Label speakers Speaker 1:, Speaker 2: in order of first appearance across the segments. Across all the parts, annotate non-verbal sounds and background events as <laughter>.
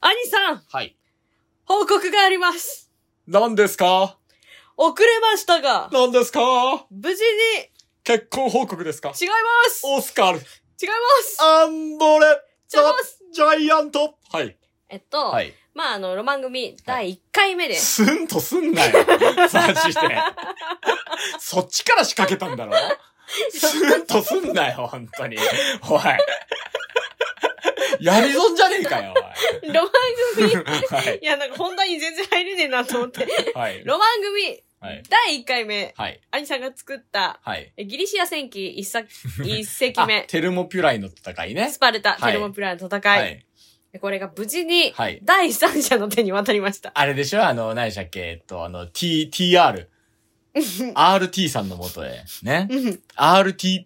Speaker 1: 兄さん、
Speaker 2: はい。
Speaker 1: 報告があります。
Speaker 2: 何ですか
Speaker 1: 遅れましたが、
Speaker 2: 何ですか
Speaker 1: 無事に
Speaker 2: 結婚報告ですか
Speaker 1: 違います
Speaker 2: オスカル、
Speaker 1: 違います
Speaker 2: アンドレ、
Speaker 1: 違います
Speaker 2: ジャイアント。はい。
Speaker 1: えっと、
Speaker 2: はい。
Speaker 1: まあ、あの、ロマン組第1回目
Speaker 2: <laughs>
Speaker 1: です。
Speaker 2: すんとすんなよ。 <laughs> マジで。そっちから仕掛けたんだろすんとすんなよ、本当に。おい。やり損じゃねえかよ、
Speaker 1: ロマン
Speaker 2: おい。
Speaker 1: 組、
Speaker 2: はい。
Speaker 1: いや、なんか本題に全然入れねえなと思
Speaker 2: <laughs>
Speaker 1: って。
Speaker 2: はい。
Speaker 1: ロマン組
Speaker 2: はい。
Speaker 1: 第1回目、
Speaker 2: はい。
Speaker 1: 兄さんが作った、
Speaker 2: はい。
Speaker 1: えギリシア戦記一
Speaker 2: <laughs>
Speaker 1: 作一
Speaker 2: あ
Speaker 1: 隻目、
Speaker 2: テルモピュライの戦いね
Speaker 1: ス。パルタ、
Speaker 2: は
Speaker 1: テ
Speaker 2: い
Speaker 1: ルモプラの戦い。
Speaker 2: はい。
Speaker 1: これが無事に、
Speaker 2: はい
Speaker 1: 第三者の手に渡りました。
Speaker 2: あれでしょあの、何でしたっけえっと、あの、T、TR。RT さんのもとへ。ね。RT、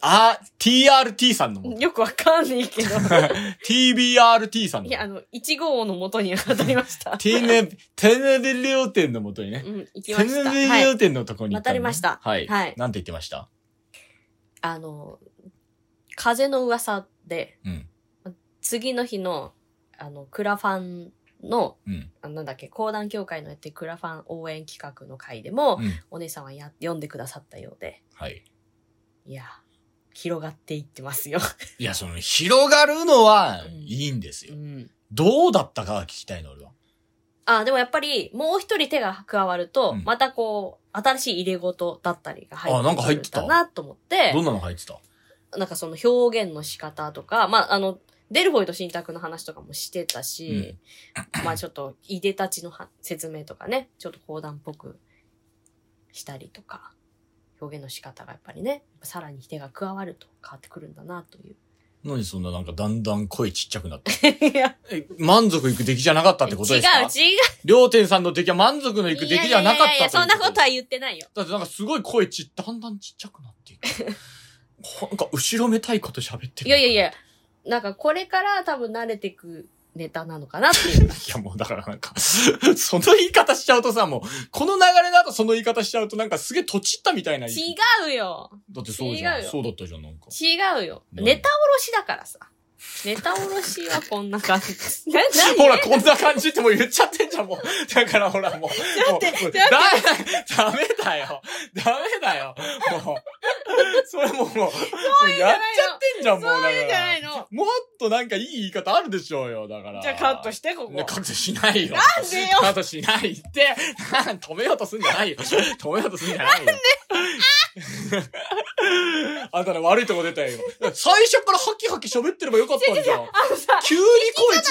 Speaker 2: あ、TRT さんのも
Speaker 1: <laughs>
Speaker 2: と。
Speaker 1: よくわかんないけ
Speaker 2: <laughs>
Speaker 1: ど。
Speaker 2: TBRT さん
Speaker 1: い
Speaker 2: のもと
Speaker 1: や、あ。の、1号の元に渡りました。
Speaker 2: ティーネ、テネデリオ店のもとにね
Speaker 1: う。ん、行き
Speaker 2: テ
Speaker 1: ま
Speaker 2: ネ
Speaker 1: した。
Speaker 2: デ
Speaker 1: は
Speaker 2: リオ
Speaker 1: い。
Speaker 2: 店のとこに行ったの
Speaker 1: 渡り
Speaker 2: ね
Speaker 1: ました
Speaker 2: はい。
Speaker 1: はい
Speaker 2: なんて言ってました
Speaker 1: あの、風の噂で、
Speaker 2: うん。
Speaker 1: 次の日の、あの、クラファンの、
Speaker 2: うん。
Speaker 1: あなんだっけ、講談協会のやってるクラファン応援企画の会でも、
Speaker 2: うん。
Speaker 1: お姉さんはや、読んでくださったようで、
Speaker 2: はい。
Speaker 1: いや、広がっていってますよ。
Speaker 2: いや、その、広がるのは
Speaker 1: うん
Speaker 2: いいんです
Speaker 1: う
Speaker 2: よ。
Speaker 1: ん。
Speaker 2: どうだったかが聞きたいの、俺は。
Speaker 1: あ、でもやっぱり、もう一人手が加わると、
Speaker 2: うん
Speaker 1: またこう、新しい入れ事だったりが入って
Speaker 2: あなんか入っ
Speaker 1: く
Speaker 2: て
Speaker 1: る
Speaker 2: た
Speaker 1: んだなと思って、
Speaker 2: どんなの入ってた
Speaker 1: なんかその表現の仕方とか、まあ、あの、デルフォイと新宅の話とかもしてたし、まあちょっと、いでたちのは説明とかね、ちょっと講談っぽくしたりとか、表現の仕方がやっぱりね、さらに手が加わると変わってくるんだな
Speaker 2: <laughs>
Speaker 1: という。
Speaker 2: 何そんななんかだんだん声ちっちゃくなった。
Speaker 1: いや、
Speaker 2: え、満足いく出来じゃなかったってこと
Speaker 1: <laughs> 違う違
Speaker 2: ですか
Speaker 1: う
Speaker 2: 両天さんの出来は満足のいく出来じゃなかった
Speaker 1: いやいやいや、そんなこと
Speaker 2: は。
Speaker 1: は言ってないよ。
Speaker 2: だってなんかすごい声ちっ、だんだんちっちゃくなっていく。なんか後ろめたいこと喋ってる。
Speaker 1: いやいやいや、なんかこれから多分慣れてくネタなのかなって
Speaker 2: <laughs>
Speaker 1: いう。
Speaker 2: いやもうだからなんか、 <laughs> その言い方しちゃうとさ、もう、この流れだとその言い方しちゃうとなんかすげえとちったみたいな。
Speaker 1: 違うよ
Speaker 2: だってそうじ
Speaker 1: 違
Speaker 2: ゃん。
Speaker 1: うよ
Speaker 2: そうだったじゃん、なんか。 <laughs>
Speaker 1: 違うよ。
Speaker 2: 何
Speaker 1: ネタおろしだからさ。ネタおろしはこんな感じ
Speaker 2: <laughs>
Speaker 1: です。な、な
Speaker 2: ほら、こんな感じってもう言っちゃってんじゃん、もう。だからほら、
Speaker 1: <laughs>
Speaker 2: もう。だ
Speaker 1: って
Speaker 2: もう
Speaker 1: だ
Speaker 2: ダメダメだよ。ダメだよ。もう。それもう、もう、やっちゃってんじゃん、もう。だ
Speaker 1: そういうんじゃ
Speaker 2: か
Speaker 1: な
Speaker 2: ら
Speaker 1: いの。
Speaker 2: もっとなんかいい言い方あるでしょうよ、だから。
Speaker 1: じゃあカットして、ここ。
Speaker 2: ね、カットしないよ。
Speaker 1: なんでよ
Speaker 2: カットしないって、なん <laughs> 止めようとすんじ
Speaker 1: <laughs>
Speaker 2: ゃないよ。止めようとすんじゃないよ。あんたの悪いとこ出たよ。今最初からハキハキ喋ってればよかったんじゃん。
Speaker 1: あのさ、
Speaker 2: 急に声ち、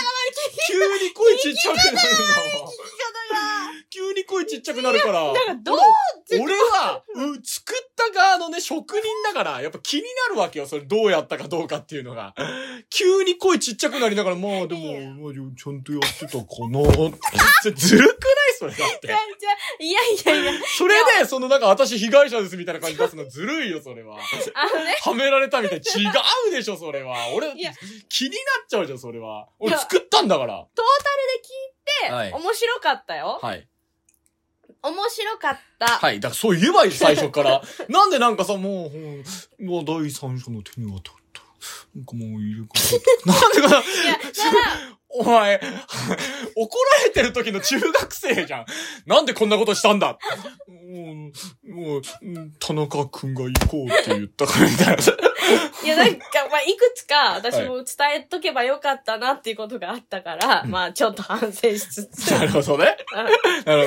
Speaker 2: 急に声ちっちゃくなるんだもん。急に声ちっちゃくなるから。
Speaker 1: だからどう
Speaker 2: 俺俺は、う作った側のね、職人だから、やっぱ気になるわけよ。それどうやったかどうかっていうのが。急に声ちっちゃくなりながら、まあで
Speaker 1: いや
Speaker 2: も、まあ、ちゃんとやってたかな <laughs> って。ずるくないそれだって
Speaker 1: じゃ。じゃいやいやいや、
Speaker 2: <laughs> それで、そのなんか私被害者ですみたいな感じ出すのずるいよ、それは。
Speaker 1: あのね、
Speaker 2: はめられたみたい。違うでしょ、それは。俺
Speaker 1: いや、
Speaker 2: 気になっちゃうじゃん、それは。俺作ったんだから。
Speaker 1: トータル
Speaker 2: は
Speaker 1: で聞い
Speaker 2: い
Speaker 1: て、面白かったよ。
Speaker 2: はい。
Speaker 1: 面白かった。
Speaker 2: はい。だからそう言えばいい、最初から。 <laughs> なんでなんかさ、もう、ほんもう第三者の手に渡った。なんかもういるから。なんでかな、
Speaker 1: いや、だから、
Speaker 2: お前、 <laughs> 怒られてる時の中学生じゃん。なんでこんなことしたんだもう、もう、田中くんが行こうって言ったからみたいな。
Speaker 1: いや、なんか、まあ、いくつか私も伝えとけばよかったなっていうことがあったから、
Speaker 2: うん
Speaker 1: まあ、ちょっと反省しつ <laughs>
Speaker 2: <laughs>
Speaker 1: つ、
Speaker 2: なるほどね。なる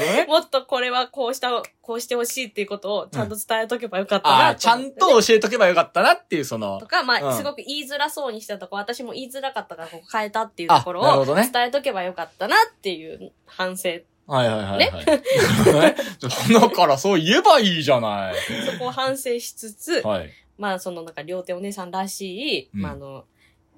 Speaker 2: ほどね。
Speaker 1: もっとこれはこうした、こうしてほしいっていうことをちゃんと伝えとけばよかった
Speaker 2: ああ、
Speaker 1: な
Speaker 2: ちゃ
Speaker 1: 思って
Speaker 2: んと教えとけばよかったなっていう、その
Speaker 1: と、か、まあ、
Speaker 2: うん
Speaker 1: すごく言いづらそうにしてたとこ、私も言いづらかったから、ここ変えたっていうところ
Speaker 2: あなるほど
Speaker 1: を
Speaker 2: ね
Speaker 1: 伝えとけばよかったなっていう反省、
Speaker 2: はいはい <laughs> はい、はい。ね。だからそう言えばいいじゃない。
Speaker 1: そこを反省しつつ、
Speaker 2: はい。 <laughs>
Speaker 1: まあ、そのなんか、両手お姉さんらしい、
Speaker 2: うん
Speaker 1: まあ、あの、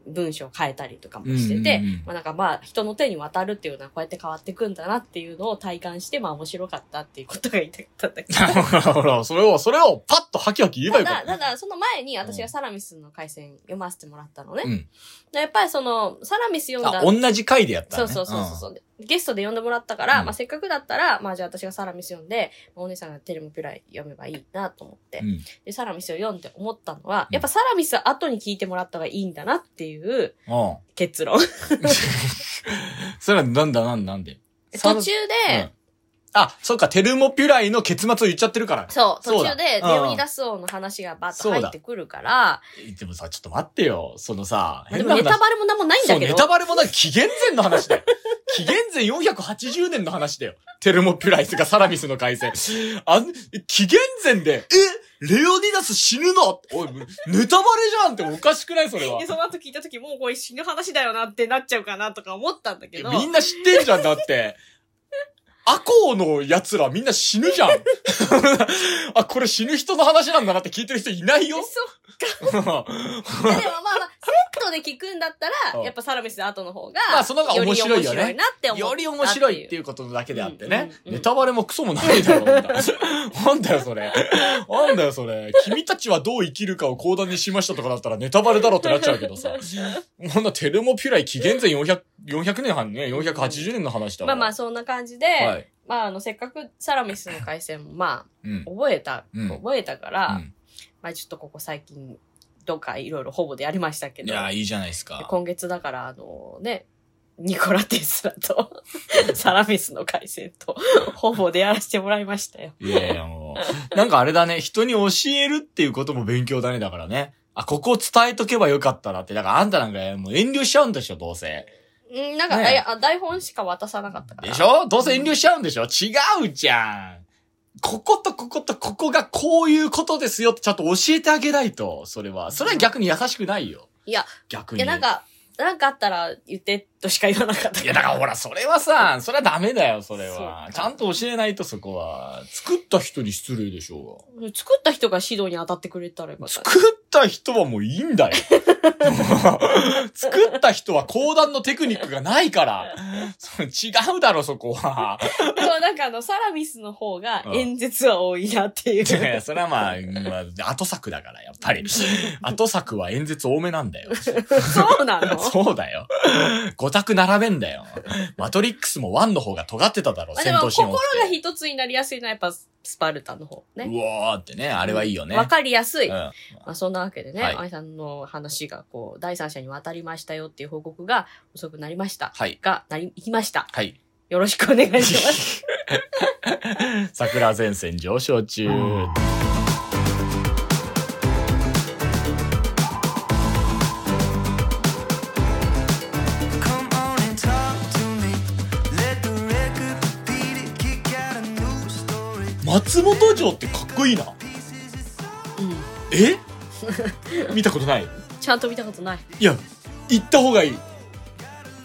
Speaker 1: 文章を変えたりとかもしてて、
Speaker 2: うんうんうん
Speaker 1: まあ、なんかまあ、人の手に渡るっていうのはこうやって変わってくんだなっていうのを体感して、まあ、面白かったっていうことが言いたかったんだ
Speaker 2: <laughs>
Speaker 1: けど。
Speaker 2: ほらほら、それを、それをパッとハキハキ言えば
Speaker 1: た
Speaker 2: よかっ
Speaker 1: だ、
Speaker 2: た。
Speaker 1: ただ、その前に私がサラミスの回線読ませてもらったのね。
Speaker 2: うん
Speaker 1: でやっぱりその、サラミス読んだ
Speaker 2: あ、同じ回でやった
Speaker 1: そ
Speaker 2: ね。
Speaker 1: うそうそうそう。ゲストで呼んでもらったから、
Speaker 2: うん
Speaker 1: まあせっかくだったら、まあじゃあ私がサラミス読んで、まあお姉さんがテルムピュライ読めばいいなと思って、
Speaker 2: うん。
Speaker 1: で、サラミスを読んで思ったのは、
Speaker 2: うん
Speaker 1: やっぱサラミスは後に聞いてもらった方がいいんだなっていう
Speaker 2: ああ。
Speaker 1: 結
Speaker 2: <laughs>
Speaker 1: 論。
Speaker 2: それはなんだなんだなんで
Speaker 1: 途中で、
Speaker 2: うんあ、そっか、テルモピュライの結末を言っちゃってるから。
Speaker 1: そう、
Speaker 2: そ
Speaker 1: 途
Speaker 2: うだ
Speaker 1: 中で
Speaker 2: うん
Speaker 1: レオニダス王の話がバッと入ってくるから、
Speaker 2: でもさ、ちょっと待ってよ。そのさ、
Speaker 1: まあでもネタバレもなんもないん
Speaker 2: そう、
Speaker 1: だけ
Speaker 2: ネ
Speaker 1: ど、
Speaker 2: タバレもなく紀元前の話だよ。紀元前480年の話だよ。テルモピュライスがサラミスの改正。あん、紀元前で、えレオニダス死ぬのおい、ネタバレじゃんっておかしくないそれは
Speaker 1: で。その後聞いた時もうこれ死ぬ話だよなってなっちゃうかなとか思ったんだけど、
Speaker 2: みんな知ってんじゃんだって。アコーの奴らみんな死ぬじゃん。あ、これ死ぬ人の話なんだなって聞いてる人いないよ
Speaker 1: え。そういや
Speaker 2: ま
Speaker 1: でもまあまあ、セットで聞くんだった
Speaker 2: うん
Speaker 1: ら、やっぱサラミスの後の方が、
Speaker 2: あ、その方が面白い
Speaker 1: り面
Speaker 2: よ
Speaker 1: 白い
Speaker 2: ね
Speaker 1: なって。思った
Speaker 2: より面白いっていうことだけであってね。
Speaker 1: うんうん
Speaker 2: ネタバレもクソもないだろうな。 <laughs> なんだよそれ。なんだよそれ。君たちはどう生きるかを講談にしましたとかだったらネタバレだろってなっちゃう
Speaker 1: <laughs>
Speaker 2: けどさ。こんなテルモピュライ紀元前400、400年半ね、480年の話だ
Speaker 1: ま
Speaker 2: わ
Speaker 1: あまあ、そんな感じで、
Speaker 2: はい。
Speaker 1: まああの、せっかくサラミスの回線もま
Speaker 2: うん
Speaker 1: あ、。覚えた、
Speaker 2: うん
Speaker 1: 覚えたから、
Speaker 2: うん
Speaker 1: まあちょっとここ最近、どっかいろいろほぼでやりましたけ
Speaker 2: い
Speaker 1: ど、
Speaker 2: や、いいじゃないですか。
Speaker 1: 今月だから、あのね、ニコラテスラ
Speaker 2: <laughs>
Speaker 1: とサラミスの回線と、ほぼでやらせてもらいましたよ。
Speaker 2: いやいや、もう。なんかあれだね、人に教えるっていうことも勉強だね、だからね。あ、ここ伝えとけばよかったなって。だからあんたなんかもう遠慮しちゃうんでしょ、どうせ。
Speaker 1: うん、なんか、
Speaker 2: ねえ
Speaker 1: いや、あ台本しか渡さなかったから。
Speaker 2: でしょどうせ遠慮しちゃうんでしょ違うじゃん。こことこことここがこういうことですよってちゃんと教えてあげないと、それは。それは逆に優しくないよ。
Speaker 1: いや、
Speaker 2: 逆
Speaker 1: い
Speaker 2: に。
Speaker 1: や、なんか、なんかあったら言ってとしか言わなかった。
Speaker 2: いや、だからほら、それはさ、それはダメだよ、それは
Speaker 1: そ。う
Speaker 2: ちゃんと教えないとそこは。作った人に失礼でしょうが。
Speaker 1: 作った人が指導に当たってくれたらよかったね。
Speaker 2: 作った人はもういいんだよ。 <laughs> 作った人は講談のテクニックがないから。それ違うだろ、そこは。
Speaker 1: でもなんかあの、サラミスの方が
Speaker 2: うん
Speaker 1: 演説は多いなっていう。 <laughs>
Speaker 2: いやそれはまあ、まあ、後作だから、やっぱり。後作は演説多めなんだよ。
Speaker 1: そうなの
Speaker 2: そうだよ。五択並べんだよ。マトリックスもワンの方が尖ってただろ、
Speaker 1: まあで
Speaker 2: 戦
Speaker 1: も
Speaker 2: 闘シー
Speaker 1: 心
Speaker 2: ン
Speaker 1: が
Speaker 2: 多くて
Speaker 1: 一つになりやすいのはやっぱスパルタの方ね。
Speaker 2: うわーってね、あれはいいよね。
Speaker 1: わかりやすい。
Speaker 2: う
Speaker 1: ま
Speaker 2: ん
Speaker 1: あそんなわけでね、
Speaker 2: はい
Speaker 1: 愛さんの話がこう、第三者に渡りましたよっていう報告が遅くなりました。
Speaker 2: はい。
Speaker 1: が、なり、行きました。
Speaker 2: はい。
Speaker 1: よろしくお願いし
Speaker 2: <laughs>
Speaker 1: ます。
Speaker 2: 桜前線上昇中。
Speaker 3: Come on and talk to me. Let the record repeat it. Kick out a new story.
Speaker 2: 松本城ってかっこいいな。
Speaker 3: Pieces is all
Speaker 1: うん。
Speaker 2: え <laughs> 見たことない
Speaker 1: ちゃんと見たことない。
Speaker 2: いや、行った方がいい。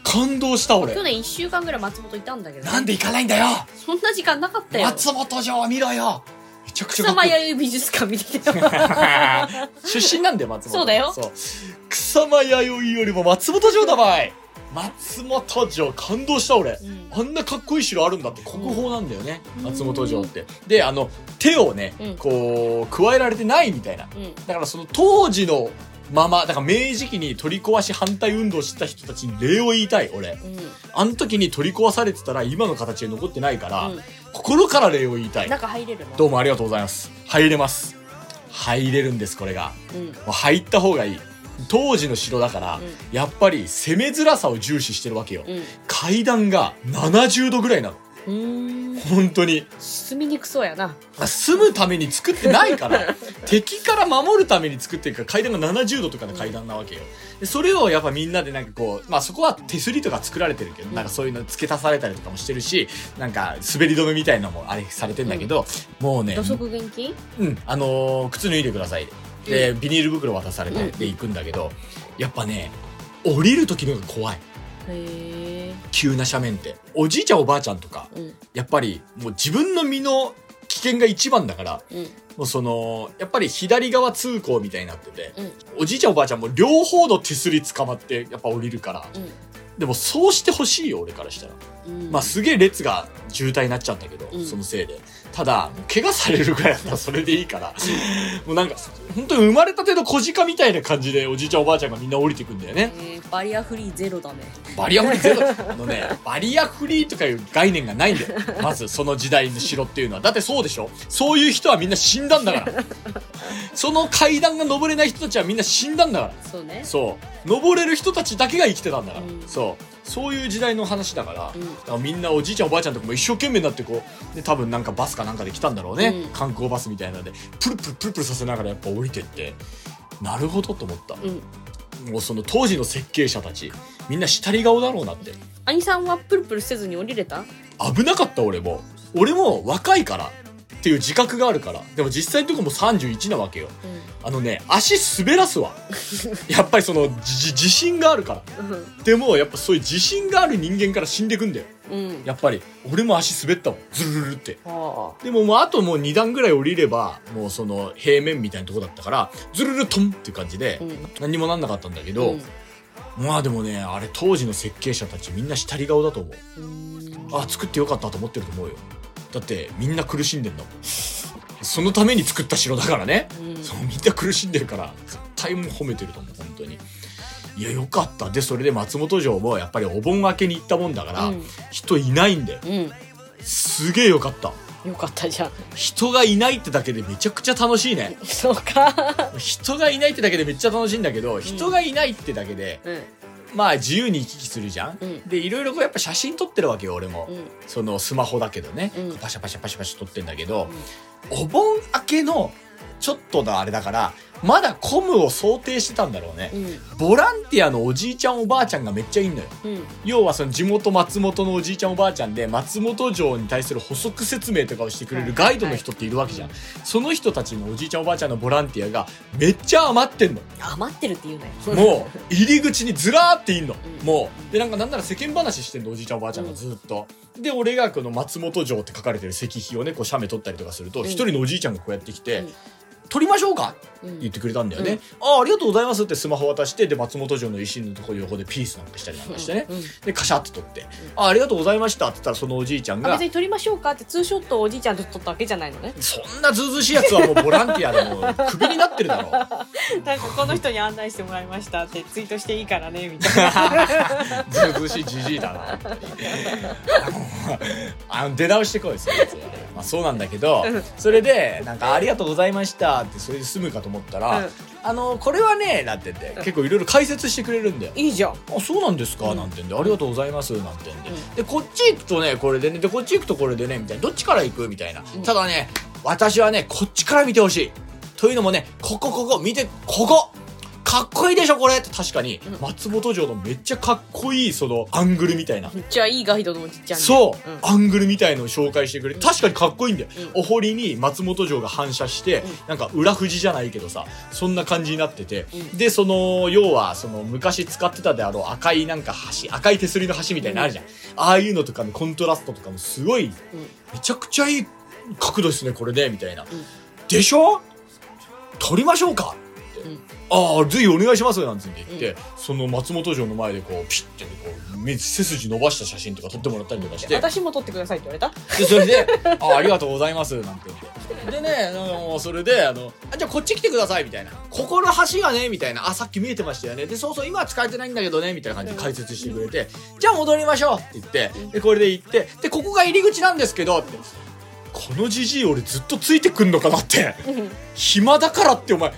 Speaker 2: 感動した俺
Speaker 1: 去。年一週間ぐらい松本いたんだけどね、
Speaker 2: なんで行かないんだよ
Speaker 1: そんな時間なかったよ。
Speaker 2: 松本城を見ろよめちゃくち
Speaker 1: 草
Speaker 2: ゃかっこ
Speaker 1: 間
Speaker 2: いい
Speaker 1: 弥生美術館見てたよ。
Speaker 2: <laughs> 出身なんだよ、松本。
Speaker 1: そうだよ
Speaker 2: う草間弥生よりも松本城だばい松本城、感動した俺。
Speaker 1: うん
Speaker 2: あんなかっこいい城あるんだって国宝なんだよね、
Speaker 1: うん
Speaker 2: 松本城って。で、あの、手をね、
Speaker 1: うん
Speaker 2: こう、加えられてないみたいな。
Speaker 1: うん。
Speaker 2: だからその当時のまま、だから明治期に取り壊し反対運動してた人たちに礼を言いたい、
Speaker 1: う
Speaker 2: 俺。
Speaker 1: ん。
Speaker 2: あの時に取り壊されてたら今の形で残ってないから、
Speaker 1: うん
Speaker 2: 心から礼を言いたい。
Speaker 1: 中入れるの
Speaker 2: どうもありがとうございます。入れます。入れるんです、これが。
Speaker 1: うん。
Speaker 2: もう入った方がいい。当時の城だから、
Speaker 1: う
Speaker 2: やっぱり攻めづらさを重視してるわけよ。
Speaker 1: うん。
Speaker 2: 階段が70度ぐらいなの。
Speaker 1: うーん。
Speaker 2: 本当に。
Speaker 1: 進みにくそうやな。
Speaker 2: 住むために作ってないから <laughs> 敵から守るために作ってるから階段が70度とかの階段なわけよでそれをやっぱみんなでなんかこうまあそこは手すりとか作られてるけどなんかそういうの付け足されたりとかもしてるしなんか滑り止めみたいなのもあれされてんだけど、もうね
Speaker 1: 土足厳禁
Speaker 2: うんあのー靴脱いでくださいでビニール袋渡されてで行くんだけどやっぱね降りる時の方が怖い
Speaker 1: へえ。
Speaker 2: 急な斜面っておじいちゃんおばあちゃんとか
Speaker 1: うん。
Speaker 2: やっぱりもう自分の身の危険が一番だから
Speaker 1: うん。
Speaker 2: もうその、やっぱり左側通行みたいになってて、
Speaker 1: うん
Speaker 2: おじいちゃんおばあちゃんも両方の手すり捕まってやっぱ降りるから、
Speaker 1: うん
Speaker 2: でもそうしてほしいよ、俺からしたら。
Speaker 1: うん。
Speaker 2: まあすげえ列が渋滞になっちゃうんだけど、
Speaker 4: うん
Speaker 2: そのせいで。ただ、もう怪我されるぐらいだったらそれでいいから、 <laughs> もうなんか、本当に生まれたての小鹿みたいな感じで、おじいちゃんおばあちゃんがみんな降りてくんだよね。
Speaker 4: えーバリアフリーゼロだね。
Speaker 2: バリアフリーゼ
Speaker 4: <laughs>
Speaker 2: ロあのね、バリアフリーとかいう概念がないんだよ。まず、その時代の城っていうのは。だってそうでしょそういう人はみんな死んだんだ
Speaker 4: <laughs>
Speaker 2: から。その階段が登れない人たちはみんな死んだんだか
Speaker 4: そうね
Speaker 2: ら。。そう。登れる人たちだけが生きてたんだから。
Speaker 4: うん
Speaker 2: そう。そういう時代の話だから、
Speaker 4: うん
Speaker 2: だからみんなおじいちゃんおばあちゃんとかも一生懸命になってこう、で、多分なんかバスかなんかで来たんだろうね。
Speaker 4: うん
Speaker 2: 観光バスみたいなので、プルプルプルプルさせながらやっぱ降りてって、なるほどと思った。
Speaker 4: うん。
Speaker 2: もうその当時の設計者たち、みんな下り顔だろうなって。
Speaker 4: 兄さんはプルプルせずに降りれた
Speaker 2: 危なかった俺も。俺も若いからっていう自覚があるから。でも実際のとこもう31なわけよ。あのね、足滑ら
Speaker 4: <laughs>
Speaker 2: すわ。やっぱりその、じ自信があるから。
Speaker 4: う
Speaker 2: でもやっぱそういう自信がある人間から死んでくんだよ。
Speaker 4: ん。うん。
Speaker 2: やっぱり、俺も足滑ったもん。ズルルルって。
Speaker 4: はあ。
Speaker 2: でももうあともう2段ぐらい降りれば、もうその平面みたいなとこだったから、ズルルルトンっていう感じで
Speaker 4: う、ん。
Speaker 2: 何にもなんなかったんだけど、
Speaker 4: うん
Speaker 2: まあでもね、あれ当時の設計者たちみんな下り顔だと思う。あ、作ってよかったと思ってると思うよ。だってみんな苦しんでんだもん。そのために作った城だからね。
Speaker 4: うん
Speaker 2: そう、みんな苦しんでるから、絶対もう褒めてると思う、本当に。いや、よかった。で、それで松本城もやっぱりお盆明けに行ったもんだから、
Speaker 4: うん
Speaker 2: 人いないんだよ。
Speaker 4: う
Speaker 2: すげえよかった。
Speaker 4: ん。よかったじゃん。 <laughs>
Speaker 2: 人がいないってだけでめちゃくちゃ楽しいね。
Speaker 4: そうか。
Speaker 2: 人がいないってだけでめっちゃ楽しいんだけど、人がいないってだけで、
Speaker 4: うん。
Speaker 2: まあ自由に行き来するじゃん、
Speaker 4: うん
Speaker 2: でいろいろこうやっぱ写真撮ってるわけよ俺も、
Speaker 4: うん
Speaker 2: そのスマホだけどね、
Speaker 4: うん
Speaker 2: パシャパシャパシャパシャ撮ってんだけど、お盆明けのちょっとのあれだからまだコムを想定してたんだろうね、
Speaker 4: うん。
Speaker 2: ボランティアのおじいちゃんおばあちゃんがめっちゃいいのよ
Speaker 4: うん。
Speaker 2: 要はその地元松本のおじいちゃんおばあちゃんで松本城に対する補足説明とかをしてくれるガイドの人っているわけじゃん、その人たちのおじいちゃんおばあちゃんのボランティアがめっちゃ余ってんの
Speaker 4: 余ってるって言うなよ。
Speaker 2: もう入り口にずらーっていんの、
Speaker 4: うん
Speaker 2: もうでなんかなんなら世間話してんのおじいちゃんおばあちゃんがずっと、で俺がこの松本城って書かれてる石碑をねこう写メ撮ったりとかすると
Speaker 4: うん
Speaker 2: 一、人のおじいちゃんがこうやってきて「
Speaker 4: うん
Speaker 2: 撮りましょうか!」
Speaker 4: う
Speaker 2: 言っ
Speaker 4: ん。
Speaker 2: てくれたんだよ
Speaker 4: う
Speaker 2: ね
Speaker 4: ん、
Speaker 2: ああありがとうございますってスマホ渡してで松本城の石のところ横でピースなんかしたりなんかしてね、
Speaker 4: うんうん
Speaker 2: でカシャって撮って、ああありがとうございましたって言ったらそのおじいちゃん
Speaker 4: あ
Speaker 2: が
Speaker 4: 別に撮りましょうかってツーショットをおじいちゃんと撮ったわけじゃないのね
Speaker 2: そんなずうずうしいやつはもうボランティアでもうクビになってるだろう
Speaker 4: <laughs> なんかこの人に案内してもらいましたってツイートしていいからねみたいな
Speaker 2: ずうずうしいじじいだな本当にあの出直してこいですよ、そいつはまあ、そうなんだけど
Speaker 4: うん
Speaker 2: それでなんか「ありがとうございました」ってそれで済むかと思ったら「
Speaker 4: うん
Speaker 2: あのこれはね」なんて言って結構いろいろ解説してくれるんだよ。
Speaker 4: <laughs> いいじゃん
Speaker 2: あそうなんですか、
Speaker 4: うん
Speaker 2: なんて言うんで「ありがとうございます」なんて言うんで、
Speaker 4: うん
Speaker 2: でこっち行くとねこれでねでこっち行くとこれでねみたいなどっちから行くみたいな、
Speaker 4: うん
Speaker 2: ただね私はねこっちから見てほしいというのもねここここ見てここかっこいいでしょこれって確かに、
Speaker 4: うん
Speaker 2: 松本城のめっちゃかっこいいそのアングルみたいな、
Speaker 4: めっちゃいいガイドのおじいちゃんね
Speaker 2: そう、
Speaker 4: ん
Speaker 2: アングルみたいのを紹介してくれて確かにかっこいいんだよ、
Speaker 4: うん
Speaker 2: お堀に松本城が反射して、
Speaker 4: うん
Speaker 2: なんか裏富士じゃないけどさそんな感じになってて、
Speaker 4: うん
Speaker 2: でその要はその昔使ってたであろう赤いなんか橋赤い手すりの橋みたいなのあるじゃん、ああいうのとかのコントラストとかもすごいめちゃくちゃいい角度ですねこれでみたいな、でしょ撮りましょうかって、
Speaker 4: うん
Speaker 2: ああぜひお願いしますなんつって言って、
Speaker 4: う
Speaker 2: その松本城の前でこうピッてこう目背筋伸ばした写真とか撮ってもらったりとかして
Speaker 4: 私も撮ってくださいって言
Speaker 2: <laughs>
Speaker 4: われ
Speaker 2: でそれで「あありがとうございます」なんて言ってでねあのそれであのあ「じゃあこっち来てください」みたいな「ここの橋がね」みたいな「あさっき見えてましたよね」で「そうそう今は使えてないんだけどね」みたいな感じで解説してくれて「じゃあ戻りましょう」って言ってでこれで行って「でここが入り口なんですけど」って。このじじい俺ずっとついてくんのかなって
Speaker 4: たうん
Speaker 2: 暇だからってお前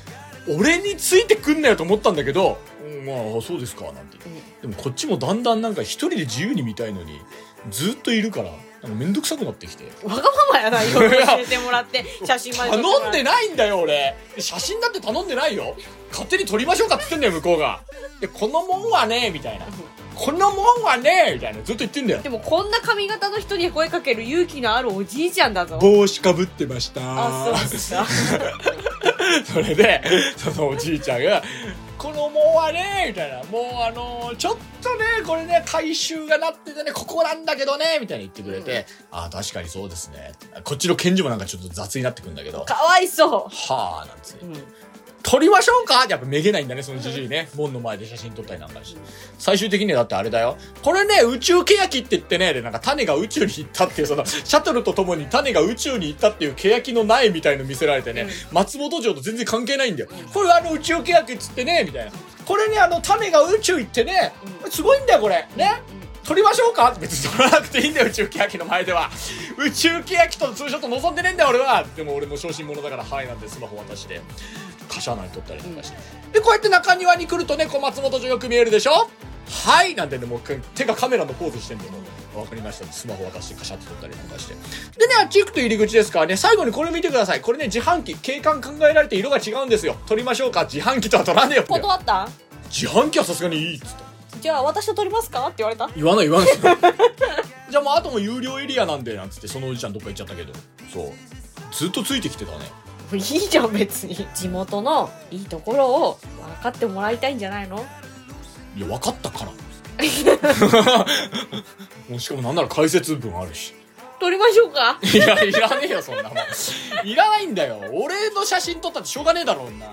Speaker 2: 俺についてくんなよと思ったんだけど「うんまあそうですか」なんてでもこっちもだんだんなんか一人で自由に見たいのにずっといるからなんか面倒くさくなってきて
Speaker 4: わがままやな色々教えてもらって写真まで撮ってもら
Speaker 2: 頼んで
Speaker 4: な
Speaker 2: ないんだよ俺写真だって頼んでないよ勝手に撮りましょうかって言ってんだよ向こうがでこのもんはねみたいなこのもんはねみたいなずっと言ってんだよ
Speaker 4: でもこんな髪型の人に声かける勇気のあるおじいちゃんだぞ
Speaker 2: 帽子かぶってました
Speaker 4: あそうですか
Speaker 2: <laughs> それでそのおじいちゃんが「このもうはね」みたいな「もうあのちょっとねこれね回収がなっててねここなんだけどね」みたいに言ってくれて「ああ確かにそうですね」こっちの拳銃もなんかちょっと雑になってくるんだけど「
Speaker 4: かわいそ
Speaker 2: はあ」なんつって
Speaker 4: う、うん
Speaker 2: 撮りましょうかってやっぱめげないんだね、そのじじいね。門の前で写真撮ったりなんかして。最終的にはだってあれだよ。これね、宇宙ケヤキって言ってね、で、なんか種が宇宙に行ったっていう、その、シャトルと共に種が宇宙に行ったっていうケヤキの苗みたいの見せられてね、松本城と全然関係ないんだよ。これあの宇宙ケヤキっつってね、みたいな。これね、あの種が宇宙行ってね、すごいんだよ、これ。ね。撮りましょうか別に撮らなくていいんだよ宇宙ケヤキの前では宇宙ケヤキとツーショット望んでねえんだよ俺はでも俺も小心者だからはいなんでスマホ渡してカシャナに撮ったりとかして、でこうやって中庭に来るとねこう松本城よく見えるでしょはいなんてねもう手がカメラのポーズしてんだよもうわかりました、スマホ渡してカシャって撮ったりなんかしてでねあっち行くと入り口ですからね最後にこれ見てくださいこれね自販機景観考えられて色が違うんですよ撮りましょうか自販機とは撮らねえよって
Speaker 4: 断った
Speaker 2: 自販機はさすがにいいっつった
Speaker 4: じゃあ私と撮りますかって言われた
Speaker 2: 言わない言わない <laughs> じゃあもうあとも有料エリアなんでなんつってそのおじちゃんどっか行っちゃったけどそうずっとついてきてたね
Speaker 4: いいじゃん別に地元のいいところを分かってもらいたいんじゃないの
Speaker 2: いや分かったから <laughs> もうしかもなんなら解説文あるし
Speaker 4: 撮りましょうか
Speaker 2: いやいらねえよそんなもんいらないんだよ俺の写真撮ったってしょうがねえだろんな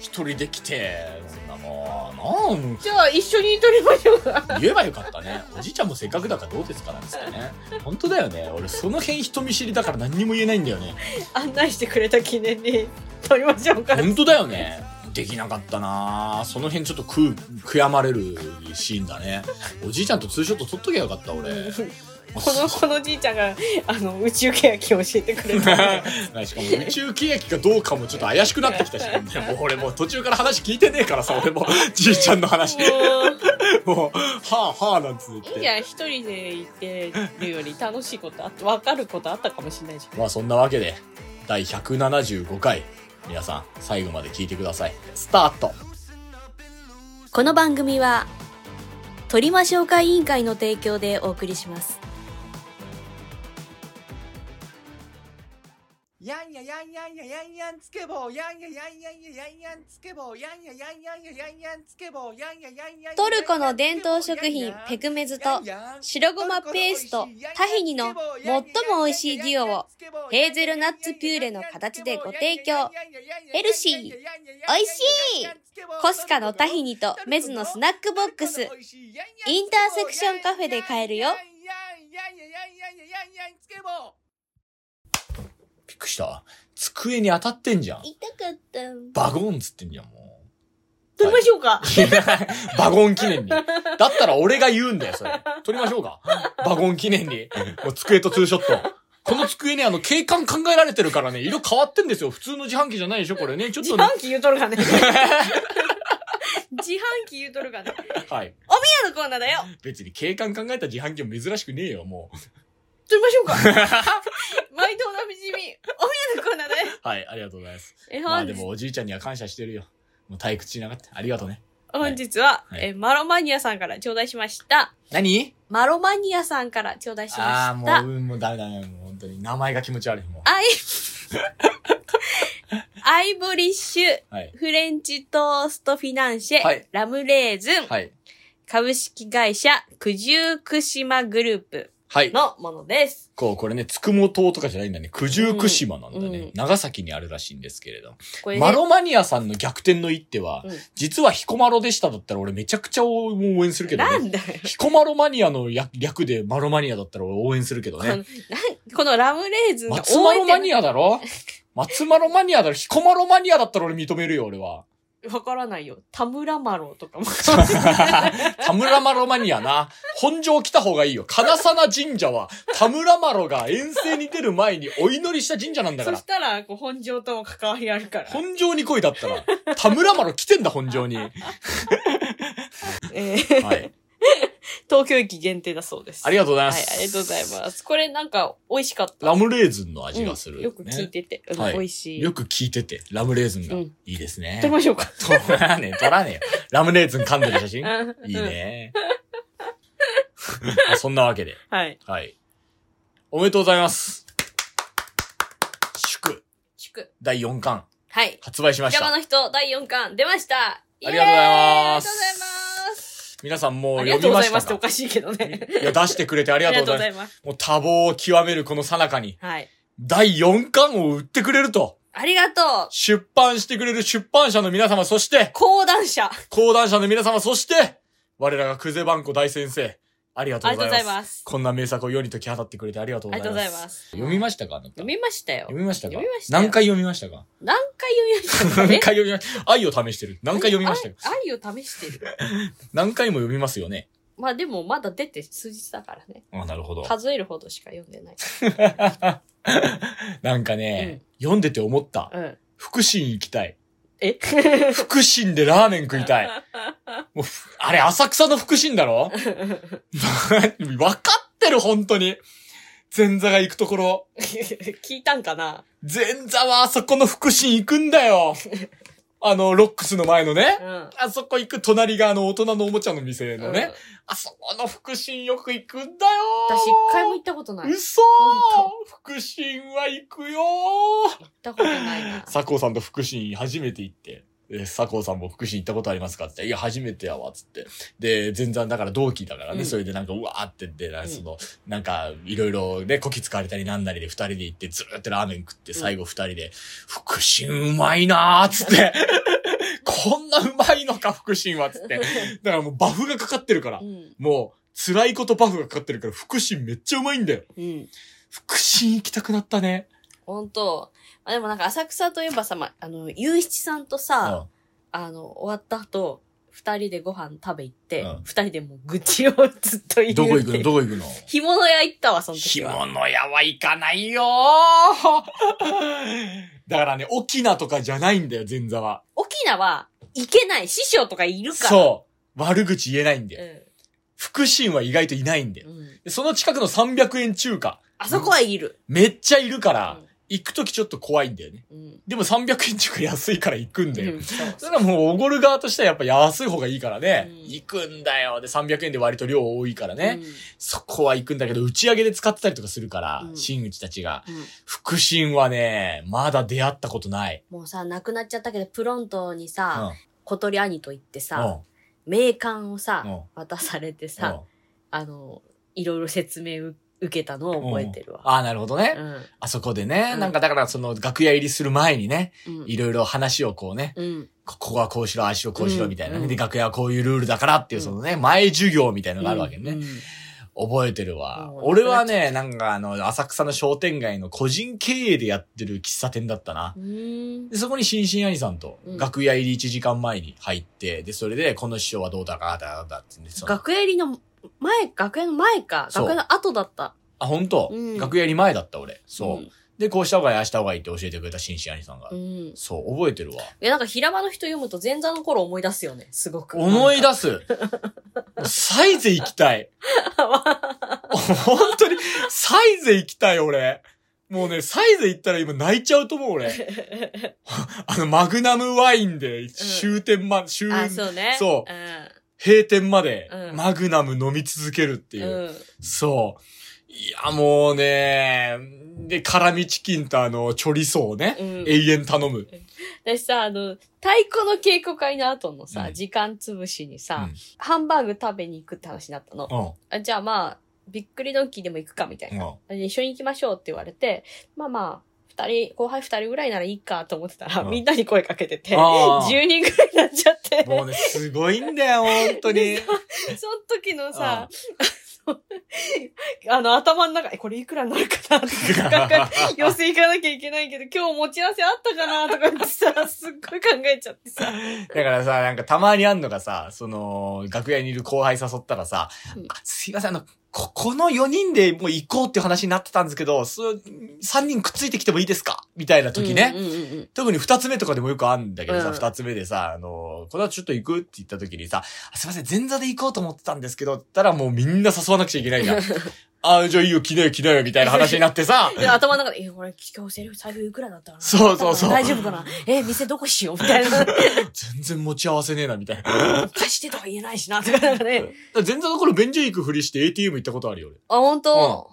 Speaker 2: 一人で来てそんなもんなん
Speaker 4: じゃあ一緒に撮りましょうか
Speaker 2: 言えばよかったねおじいちゃんもせっかくだからどうですかなんつってね本当だよね俺その辺人見知りだから何にも言えないんだよね
Speaker 4: 案内してくれた記念に撮りましょうか
Speaker 2: 本当だよねできなかったなその辺ちょっと悔悔やまれるシーンだねおじいちゃんとツーショット撮っときゃよかっ
Speaker 1: <laughs>
Speaker 2: た俺
Speaker 4: このこのじいちゃんがあの宇宙ケヤキを教えてくれたん
Speaker 2: <laughs>
Speaker 4: で
Speaker 2: しかも宇宙契約かどうかもちょっと怪しくなってきたし、ね、もう俺もう途中から話聞いてねえからさ俺もじいちゃんの話
Speaker 4: も
Speaker 2: もうはあはあなんつって
Speaker 4: ういいじゃん一人で行ってるより楽しいことあって分かることあったかもしれないじゃん
Speaker 2: まあそんなわけで第175回皆さん最後まで聞いてくださいスタート
Speaker 4: この番組は撮りましょうか委員会の提供でお送りします
Speaker 5: やんややんやんややんやんつけ棒やんややんやんややんやんつけ棒やんややんやんややんやんつけ棒やんややんやんややんやん
Speaker 6: トルコの伝統食品ペクメズと白ごまペーストタヒニの最も美味しいデュオをヘーゼルナッツピューレの形でご提供ヘルシー美味しいコスカのタヒニとメズのスナックボックスインターセクションカフェで買えるよ
Speaker 2: びっくりした机に当たってんじゃん
Speaker 6: 痛かった
Speaker 2: バゴンっつってんじゃんもう
Speaker 4: 撮りましょうか
Speaker 2: いや <laughs> バゴン記念に。だったら俺が言うんだよ、それ。撮りましょうか。バゴン記念に。もう机とツーショット。この机ね、あの、景観考えられてるからね、色変わってんですよ。普通の自販機じゃないでしょ、これね。ちょっ
Speaker 4: 自
Speaker 2: とね。
Speaker 4: 販機言うとるがね <laughs> 自販機言うとるがね
Speaker 2: はい。
Speaker 4: のコーナーだよ
Speaker 2: 別に景観考えた自販機も珍しくねえよ、も
Speaker 4: 撮りましょうか毎度おなじみ、おみやのコーナーだよ
Speaker 2: う。 <laughs> はい、ありがとうございます。
Speaker 4: え、
Speaker 2: まあ
Speaker 4: 本
Speaker 2: で
Speaker 4: 日、
Speaker 2: もおじいちゃんには感謝してるよ。もう退屈しなかった。ありがとうね。
Speaker 4: 本日は、
Speaker 2: はい
Speaker 4: え、マロマニアさんから頂戴しました。
Speaker 2: 何
Speaker 4: マロマニアさんから頂戴しました。
Speaker 2: ああ、もう、うんもうダメだね。もう本当に。名前が気持ち悪い。も
Speaker 4: アイ、アイボリッシュ、
Speaker 2: う。はい。
Speaker 4: フレンチトーストフィナンシェ、
Speaker 2: はい
Speaker 4: ラムレーズン、
Speaker 2: はい。
Speaker 4: 株式会社、九十九島グループ
Speaker 2: はい。
Speaker 4: のものです。
Speaker 2: こう、これね、つくも島とかじゃないんだね。九十九島なんだね、
Speaker 4: うん
Speaker 2: 長崎にあるらしいんですけれど。
Speaker 4: これね
Speaker 2: マロマニアさんの逆転の一手は、
Speaker 4: うん
Speaker 2: 実は彦摩呂でしただったら俺めちゃくちゃ応援するけど
Speaker 4: な
Speaker 2: ね。
Speaker 4: んだよ。
Speaker 2: 彦摩呂マニアの略略でマロマニアだったら俺応援するけど
Speaker 4: このなん
Speaker 2: ね。
Speaker 4: このラムレーズンが
Speaker 2: 松マロマ
Speaker 4: え
Speaker 2: ニアだろ松マロマニアだろ彦摩呂マニアだったら俺認めるよ、俺は。 <laughs>
Speaker 4: てわからないよ。田村マロとかも。
Speaker 2: 田村マロマニアな。本庄来た方がいいよ。金沢神社は、田村マロが遠征に出る前にお祈りした神社なんだか
Speaker 4: そ
Speaker 2: ら
Speaker 4: し。たら、こう本庄とも関わりあるから。
Speaker 2: 本庄に来いだったら、田村マロ来てんだ、本庄に。は
Speaker 4: えー
Speaker 2: い。
Speaker 4: 東京駅限定だそうです。
Speaker 2: ありがとうございま
Speaker 4: はい
Speaker 2: す。、
Speaker 4: ありがとうございます。これなんか美味しかった。
Speaker 2: ラムレーズンの味がする、
Speaker 4: うんよく聞いてて、うん
Speaker 2: はい
Speaker 4: 美味しい。
Speaker 2: よく聞いてて、ラムレーズンが。
Speaker 4: うん
Speaker 2: いいですね
Speaker 4: 撮り。ましょうか。
Speaker 2: 撮らねえ、撮らねえよ。ラムレーズン噛んでる写真
Speaker 4: うん
Speaker 2: いい。ね。そんなわけで。
Speaker 4: はい。
Speaker 2: <laughs>
Speaker 4: <laughs>
Speaker 2: はい。おめでとうございます。祝、
Speaker 4: 聞く。
Speaker 2: 第4巻、
Speaker 4: はい。
Speaker 2: 発売しまし
Speaker 4: 邪魔
Speaker 2: た。
Speaker 4: の人第4巻出ました
Speaker 2: ありがとうございます
Speaker 4: イエーイありがとうございます
Speaker 2: 皆さんもう
Speaker 4: あり
Speaker 2: 読
Speaker 4: がとう
Speaker 2: み
Speaker 4: ご
Speaker 2: ました
Speaker 4: ざいますってお
Speaker 2: か
Speaker 4: かしいけどね。
Speaker 2: いや、出してくれてあり
Speaker 4: あ
Speaker 2: が
Speaker 4: り
Speaker 2: と
Speaker 4: が
Speaker 2: う
Speaker 4: と
Speaker 2: ござい
Speaker 4: うござ
Speaker 2: ます。
Speaker 4: います。
Speaker 2: もう多忙を極めるこの最中に、
Speaker 4: はい。
Speaker 2: 第4巻を売ってくれると。
Speaker 4: ありがとう
Speaker 2: 出版してくれる出版社の皆様、そして、
Speaker 4: 講談社
Speaker 2: 講談社の皆様、そして、我らがクゼバンコ大先生、ありがと
Speaker 4: あ
Speaker 2: う
Speaker 4: り
Speaker 2: ご
Speaker 4: がと
Speaker 2: ざ
Speaker 4: う
Speaker 2: い
Speaker 4: ご
Speaker 2: ます。
Speaker 4: ざいます。
Speaker 2: こんな名作を世に解き放ってくれてありがとうご
Speaker 4: あり
Speaker 2: ざ
Speaker 4: が
Speaker 2: い
Speaker 4: とう
Speaker 2: ます。
Speaker 4: ございます。
Speaker 2: 読みましたかあなた
Speaker 4: 読みましたよ。
Speaker 2: 読みましたか
Speaker 4: 読みましたよ
Speaker 2: 何回読みましたか
Speaker 4: 何回読みましたか
Speaker 2: 何
Speaker 4: ね
Speaker 2: 回読みました愛を試してる。何回読みましたよ。
Speaker 4: 愛愛を試し
Speaker 2: <laughs>
Speaker 4: てる。
Speaker 2: 何回も読みますよね。
Speaker 4: まあでもまだ出て数日だからね。
Speaker 2: あ、なるほど。
Speaker 4: 数えるほどしか読んでない。
Speaker 2: <laughs> なんかね、読んでて思った。
Speaker 4: うん。
Speaker 2: 福神行きたい。
Speaker 4: え
Speaker 2: 福神でラーメン食いたい。
Speaker 4: <laughs>
Speaker 2: もうふあれ、浅草の福神だろ <laughs> わかってる、本当に。前座が行くところ。
Speaker 4: 聞いたんかな
Speaker 2: 前座はあそこの福神行くんだよ。あの、ロックスの前のね
Speaker 4: う。ん。
Speaker 2: あそこ行く隣があの大人のおもちゃの店
Speaker 4: う
Speaker 2: の
Speaker 4: ん
Speaker 2: ね。あそこの福神よく行くんだよ。
Speaker 4: 私一回も行ったことない。行っ
Speaker 2: 嘘
Speaker 4: 本
Speaker 2: 福神は行くよ
Speaker 4: たことないな。
Speaker 2: 佐藤さんと福神初めて行って、え佐藤さんも福神行ったことありますかって、いや、初めてやわ、つって。で、前座だから同期だからね、
Speaker 4: うん
Speaker 2: それでなんか、うわーってで、なん
Speaker 4: うん
Speaker 2: かその、なんか、いろいろね、こき使われたりなんなりで二人で行って、ずーってラーメン食って、最後二人で、福神うまいなー、つって。 <laughs> こんなうまいのか、福神は、つって。だからもうバフがかかってるから
Speaker 4: う。ん。
Speaker 2: もう、辛いことバフがかかってるから、福神めっちゃうまいんだよ。
Speaker 4: うん。
Speaker 2: 福神行きたくなったね。
Speaker 4: ほんと。まあでもなんか浅草といえばさ、まあ、あの、ゆういちさんと
Speaker 2: う
Speaker 4: さ、
Speaker 2: ん
Speaker 4: あの、終わった後、二人でご飯食べ行って
Speaker 2: うん、
Speaker 4: 二、人でもう愚痴をずっと言うっていう。
Speaker 2: どこ行くのどこ行くの
Speaker 4: 干物屋行ったわ、その時
Speaker 2: 干
Speaker 4: は。
Speaker 2: 物屋は行かないよー <laughs> だからね、沖縄とかじゃないんだよ、前座は。
Speaker 4: 沖縄、行けない師匠とかいるから。
Speaker 2: そう。悪口言えないんだよ。
Speaker 4: う
Speaker 2: 福神は意外といないんだよ
Speaker 4: ん。。うん。
Speaker 2: その近くの300円中華。
Speaker 4: あそこはいる。
Speaker 2: めっちゃいるから
Speaker 4: うん、
Speaker 2: 行くときちょっと怖いんだよね。
Speaker 4: うん。
Speaker 2: でも300円中華安いから行くんだよ。
Speaker 4: うんそう
Speaker 2: それはもうおごる側としてはやっぱ安い方がいいからね。
Speaker 4: うん
Speaker 2: 行くんだよ。で、300円で割と量多いからね。
Speaker 4: うん
Speaker 2: そこは行くんだけど、打ち上げで使ってたりとかするから、
Speaker 4: うん
Speaker 2: 真打ちたちが。
Speaker 4: うん
Speaker 2: 福神はね、まだ出会ったことない。
Speaker 4: もうさ、亡くなっちゃったけど、プロントに
Speaker 2: うん。
Speaker 4: さ、小鳥兄と行って
Speaker 2: うん
Speaker 4: さ、名鑑をさ、
Speaker 2: うん
Speaker 4: 渡されてさ、あの、いろいろ説明う受けたのを覚えてるわ。
Speaker 2: ああ、なるほどね。
Speaker 4: うん。
Speaker 2: あそこでね、
Speaker 4: うん
Speaker 2: なんかだからその楽屋入りする前にね、
Speaker 4: うん
Speaker 2: いろいろ話をこうね、
Speaker 4: うん。
Speaker 2: ここはこうしろ、ああしろ、こうしろみたいなね。
Speaker 4: うん
Speaker 2: で、楽屋はこういうルールだからっていう、そのね、前授業みたいなのがあるわけね。
Speaker 4: うん。
Speaker 2: 覚えてるわ。
Speaker 4: うん
Speaker 2: 俺はね、なんかあの、浅草の商店街の個人経営でやってる喫茶店だったな。
Speaker 4: うん
Speaker 2: で、そこに新進兄さんと
Speaker 4: うん、
Speaker 2: 楽屋入り1時間前に入って、で、それで、この師匠はどうだか、だ、だ、ってね、その
Speaker 4: 学園入りの前、学園の前か。
Speaker 2: そう
Speaker 4: 学園の後だった。
Speaker 2: あ、本当、
Speaker 4: うん
Speaker 2: 楽屋入り前だった、俺。そう。で、こうした方がいい、ああした方がいいって教えてくれた新進兄さんが。
Speaker 4: うん。うん。
Speaker 2: そう、覚えてるわ。
Speaker 4: え、 <laughs> なんか平場の人読むと前座の頃思い出すよね。すごく。
Speaker 2: 思い出す。もうサイゼ行きた
Speaker 4: <laughs>
Speaker 2: い。本当に、サイゼ行きたい、俺。もうね、サイゼ行ったら今泣いちゃうと思う、俺。
Speaker 4: <laughs>
Speaker 2: あの、マグナムワインで終点ま、終、
Speaker 4: あ、そうね。
Speaker 2: そ
Speaker 4: うん
Speaker 2: 閉店まで
Speaker 4: うん
Speaker 2: マグナム飲み続けるっていう。
Speaker 4: うん。
Speaker 2: そう。いや、もうね、で、辛味チキンとあの、チョリソーね、
Speaker 4: うん
Speaker 2: 永遠頼む。
Speaker 4: 私さ、あの、太鼓の稽古会の後のさ、
Speaker 2: うん
Speaker 4: 時間つぶしにさ、
Speaker 2: うん
Speaker 4: ハンバーグ食べに行くって話になったの。
Speaker 2: うん、
Speaker 4: あじゃあまあ、びっくりドンキーでも行くかみたいな。
Speaker 2: うん。
Speaker 4: で一緒に行きましょうって言われて、まあまあ、二人、後輩二人ぐらいならいいかと思ってたら、
Speaker 2: うん
Speaker 4: みんなに声かけてて、
Speaker 2: あー
Speaker 4: 10人ぐらいになっちゃって、
Speaker 2: もうね、すごいんだよ、本当
Speaker 4: <laughs>
Speaker 2: に。
Speaker 4: その時のさ、あの、頭の中、え、これいくらになるかなって
Speaker 2: <laughs>
Speaker 4: 考えて、寄せ行かなきゃいけないけど、今日持ち合わせあったかなとか言ってさ、すっごい考えちゃってさ。
Speaker 2: だからさ、なんかたまにあんのがさ、その、楽屋にいる後輩誘ったらさ、
Speaker 4: うん
Speaker 2: あすいません、あの、こ、この4人でもう行こうっていう話になってたんですけど、そ3人くっついてきてもいいですかみたいな時ね。
Speaker 4: うんうんうんうん
Speaker 2: 特に二つ目とかでもよくあるんだけど
Speaker 4: う
Speaker 2: さ、
Speaker 4: ん、
Speaker 2: 二、つ目でさ、あのーこの後ちょっと行くって言った時にさ、あすいません、前座で行こうと思ってたんですけど、って言ったらもうみんな誘わなくちゃいけないじゃ <laughs> ん。あーじゃあいいよ、着なよ、着なよ、みたいな話になってさ
Speaker 4: で頭の中で、え、俺、今日セリフ財布いくらだったか
Speaker 2: <laughs>
Speaker 4: な
Speaker 2: そうそうそう
Speaker 4: 大丈夫かなえ、店どこしようみ
Speaker 2: <laughs>
Speaker 4: たいな。
Speaker 2: 全然持ち合わせねえな、みたいな。だか
Speaker 4: 貸してとは言えないしな、とかなんかね。
Speaker 2: ら前座の頃便所行くふりして ATM 行ったことあるよ、俺。
Speaker 4: あ、本当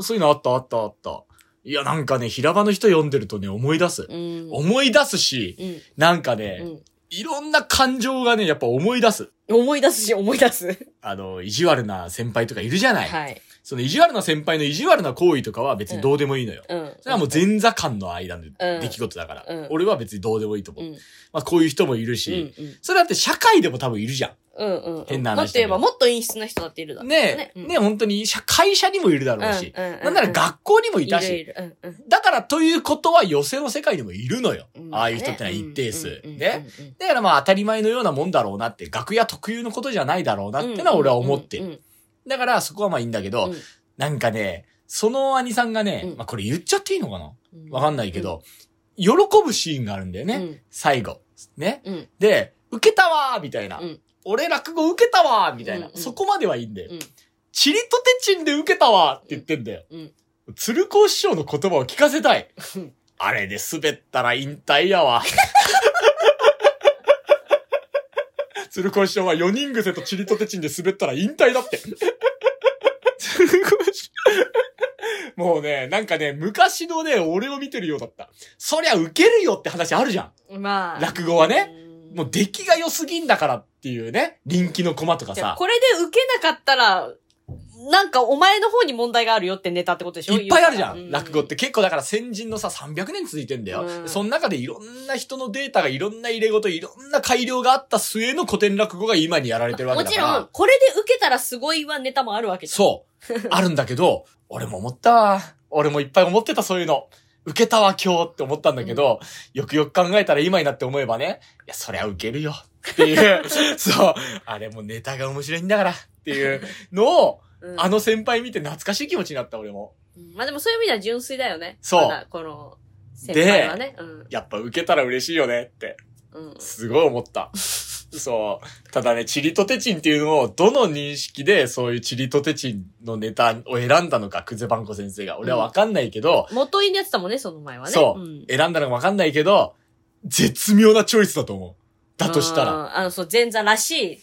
Speaker 2: そういうのあったあったあった。いや、なんかね、平場の人読んでるとね、思い出す。
Speaker 4: うん。うん。
Speaker 2: 思い出すし、なんかね、
Speaker 4: うん
Speaker 2: いろんな感情がね、やっぱ思い出す。
Speaker 4: 思い出すし、思い出す。
Speaker 2: あの、意地悪な先輩とかいるじゃない。
Speaker 4: はい。
Speaker 2: その意地悪な先輩の意地悪な行為とかは別にどうでもいいのよ。
Speaker 4: うん。
Speaker 2: それはもう前座間の間の
Speaker 4: うん
Speaker 2: 出来事だから、
Speaker 4: うん
Speaker 2: 俺は別にどうでもいいと思
Speaker 4: う
Speaker 2: う。
Speaker 4: ん。
Speaker 2: まあこういう人もいるし、
Speaker 4: うん
Speaker 2: それだって社会でも多分いるじゃ
Speaker 4: うん。うんうん。
Speaker 2: 変な話だけど
Speaker 4: もっと言えば、もっと陰湿な人だっているだ
Speaker 2: ん。
Speaker 4: ろう
Speaker 2: ねえ、ね
Speaker 4: ねうん
Speaker 2: 本当に社会社にもいるだろうし、
Speaker 4: うんうんうん
Speaker 2: なんなら学校にもいたし、
Speaker 4: いるいる。うんうん。
Speaker 2: だからということは寄せの世界にもいるのよ。
Speaker 4: うん
Speaker 2: ああいう人ってのは一定数。
Speaker 4: うんうんうん
Speaker 2: ね。だからまあ当たり前のようなもんだろうなって、楽屋特有のことじゃないだろうなっ
Speaker 4: うん
Speaker 2: てのは俺は思って
Speaker 4: うんう
Speaker 2: る。
Speaker 4: ん
Speaker 2: だからそこはまあいいんだけど、
Speaker 4: うん
Speaker 2: なんかね、その兄さんがね、
Speaker 4: うん
Speaker 2: まあこれ言っちゃっていいのかな
Speaker 4: うん
Speaker 2: わかんないけど、喜ぶシーンがあるんだよね。
Speaker 4: うん
Speaker 2: 最後。ね。
Speaker 4: うん
Speaker 2: で、受けたわーみたいな。
Speaker 4: うん
Speaker 2: 俺落語受けたわーみたいな、
Speaker 4: うんうん
Speaker 2: そこまではいいんだよ。
Speaker 4: うん
Speaker 2: チリとてちんで受けたわーって言ってんだよ。
Speaker 4: うん
Speaker 2: 鶴光師匠の言葉を聞かせたい
Speaker 4: うん。
Speaker 2: あれで滑ったら引退や
Speaker 4: <laughs>
Speaker 2: わ。鶴光師匠は4人癖とチリとてちんで滑ったら引退だって。鶴光師匠もうね、なんかね、昔のね、俺を見てるようだった。そりゃ受けるよって話あるじゃん。
Speaker 4: まあ。
Speaker 2: 落語はね。
Speaker 4: ん
Speaker 2: もう出来が良すぎんだからっていうね、人気のコマとか
Speaker 4: じゃあ
Speaker 2: さ、
Speaker 4: これで受けなかったら、なんかお前の方に問題があるよってネタってことでしょ
Speaker 2: いっぱいあるじゃ。
Speaker 4: うん
Speaker 2: 落語って結構だから先人のさ、300年続いてんだよ。
Speaker 4: うん
Speaker 2: その中でいろんな人のデータがいろんな入れ事、いろんな改良があった末の古典落語が今にやられてるわけ
Speaker 4: も
Speaker 2: だ
Speaker 4: ち
Speaker 2: か
Speaker 4: ろん
Speaker 2: ら。、
Speaker 4: これで受けたらすごいはネタもあるわけじゃん。
Speaker 2: そう。あるんだけど、 <laughs> 俺も思ったわ。俺もいっぱい思ってた、そういうの。受けたわ、今日って思ったんだけど、よくよく考えたら今になって思えばね、いや、そりゃ受けるよ。っていう、
Speaker 4: <laughs>
Speaker 2: そう。あれもネタが面白いんだから。っていうのを、
Speaker 4: うん
Speaker 2: あの先輩見て懐かしい気持ちになった俺も。
Speaker 4: うんまあでもそういう意味では純粋だよね。
Speaker 2: そう
Speaker 4: まだこの、先輩はね。うん。
Speaker 2: やっぱ受けたら嬉しいよねって、
Speaker 4: うん。
Speaker 2: すごい思った。そう。ただね、チリとテチンっていうのを、どの認識でそういうチリとテチンのネタを選んだのか、クゼバンコ先生が。俺はわかんないけど、
Speaker 4: 元いのやつだもんね、その前はね。
Speaker 2: そう、
Speaker 4: ん
Speaker 2: 選んだのかわかんないけど、絶妙なチョイスだと思う。だとしたら。
Speaker 4: うんあの、そう、前座らしいっ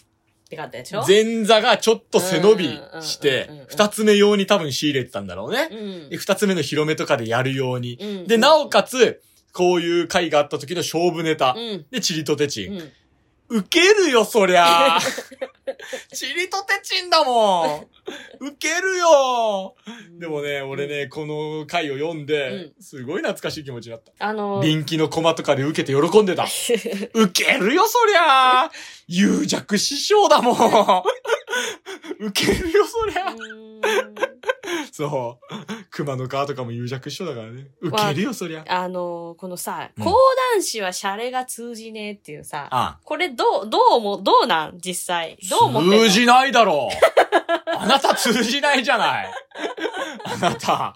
Speaker 4: て方でしょ
Speaker 2: 前座がちょっと背伸びし
Speaker 4: うんうんうんう
Speaker 2: て
Speaker 4: ん、
Speaker 2: 二つ目用に多分仕入れてたんだろうね。
Speaker 4: うん
Speaker 2: で二つ目の広めとかでやるように。
Speaker 4: うん。
Speaker 2: で、なおかつ、こういう回があった時の勝負ネタ
Speaker 4: う。ん。
Speaker 2: で、チリとテチン
Speaker 4: う。ん。
Speaker 2: 受けるよ、そりゃ。 <laughs> チリとテチンだ <laughs> もん。受けるよ。でもね、俺ね、この回を読んで、すごい懐かしい気持ちだった。
Speaker 4: あの、
Speaker 2: 臨機のコマとかで受けて喜んでた。受けるよ、そりゃ。有弱師匠だもん。受けるよ、そりゃ。そう。熊の皮とかも有弱師匠だからね。受けるよ、そりゃ。
Speaker 4: <laughs> あの、このさ、
Speaker 2: うん
Speaker 4: 講談師はシャレが通じねえっていうさ、
Speaker 2: あ
Speaker 4: これどう、どうも、どうなん実際。どう思ってんの
Speaker 2: 通じないだろう。 <laughs> あなた通じないじゃない。あな
Speaker 4: <laughs>
Speaker 2: た。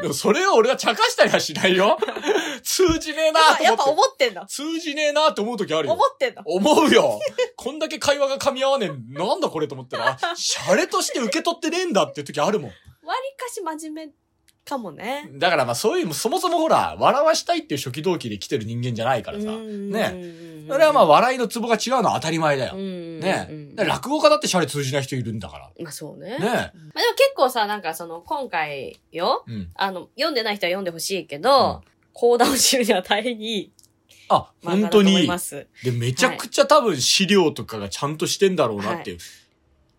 Speaker 2: でもそれを俺は茶化したりはしないよ。通じねえな
Speaker 4: やっぱや
Speaker 2: と
Speaker 4: っぱ
Speaker 2: 思っ
Speaker 4: 思ってんの
Speaker 2: て。通じねえなって思う時ある
Speaker 4: 思
Speaker 2: よ。
Speaker 4: ってんの
Speaker 2: 思うよ。こんだけ会話が噛み合わねえ。なんだこれと思ったら、あシャレとして受け取ってねえんだって時あるもん。
Speaker 4: 割かし真面目かもね。
Speaker 2: だからまあそういう、そもそもほら、笑わしたいっていう初期動機で来てる人間じゃないからさ。ね。
Speaker 4: ね
Speaker 2: それはまあ、笑いのツボが違うのは当たり前だ
Speaker 4: う
Speaker 2: よ。
Speaker 4: ん
Speaker 2: ね
Speaker 4: うん
Speaker 2: だから落語家だってシャレ通じない人いるんだか
Speaker 4: まあそうね。
Speaker 2: ら。
Speaker 4: まあでも
Speaker 2: ね
Speaker 4: 結構さ、なんかその、今回よ、
Speaker 2: うん。
Speaker 4: あの、読んでない人は読んでほしいけど、講談集には大変いい
Speaker 2: あ、
Speaker 4: 漫
Speaker 2: 本
Speaker 4: 画だと
Speaker 2: 当
Speaker 4: 思い
Speaker 2: に
Speaker 4: ま。す。
Speaker 2: で、めちゃくちゃ多分資料とかがちゃんとしてんだろうなっていう。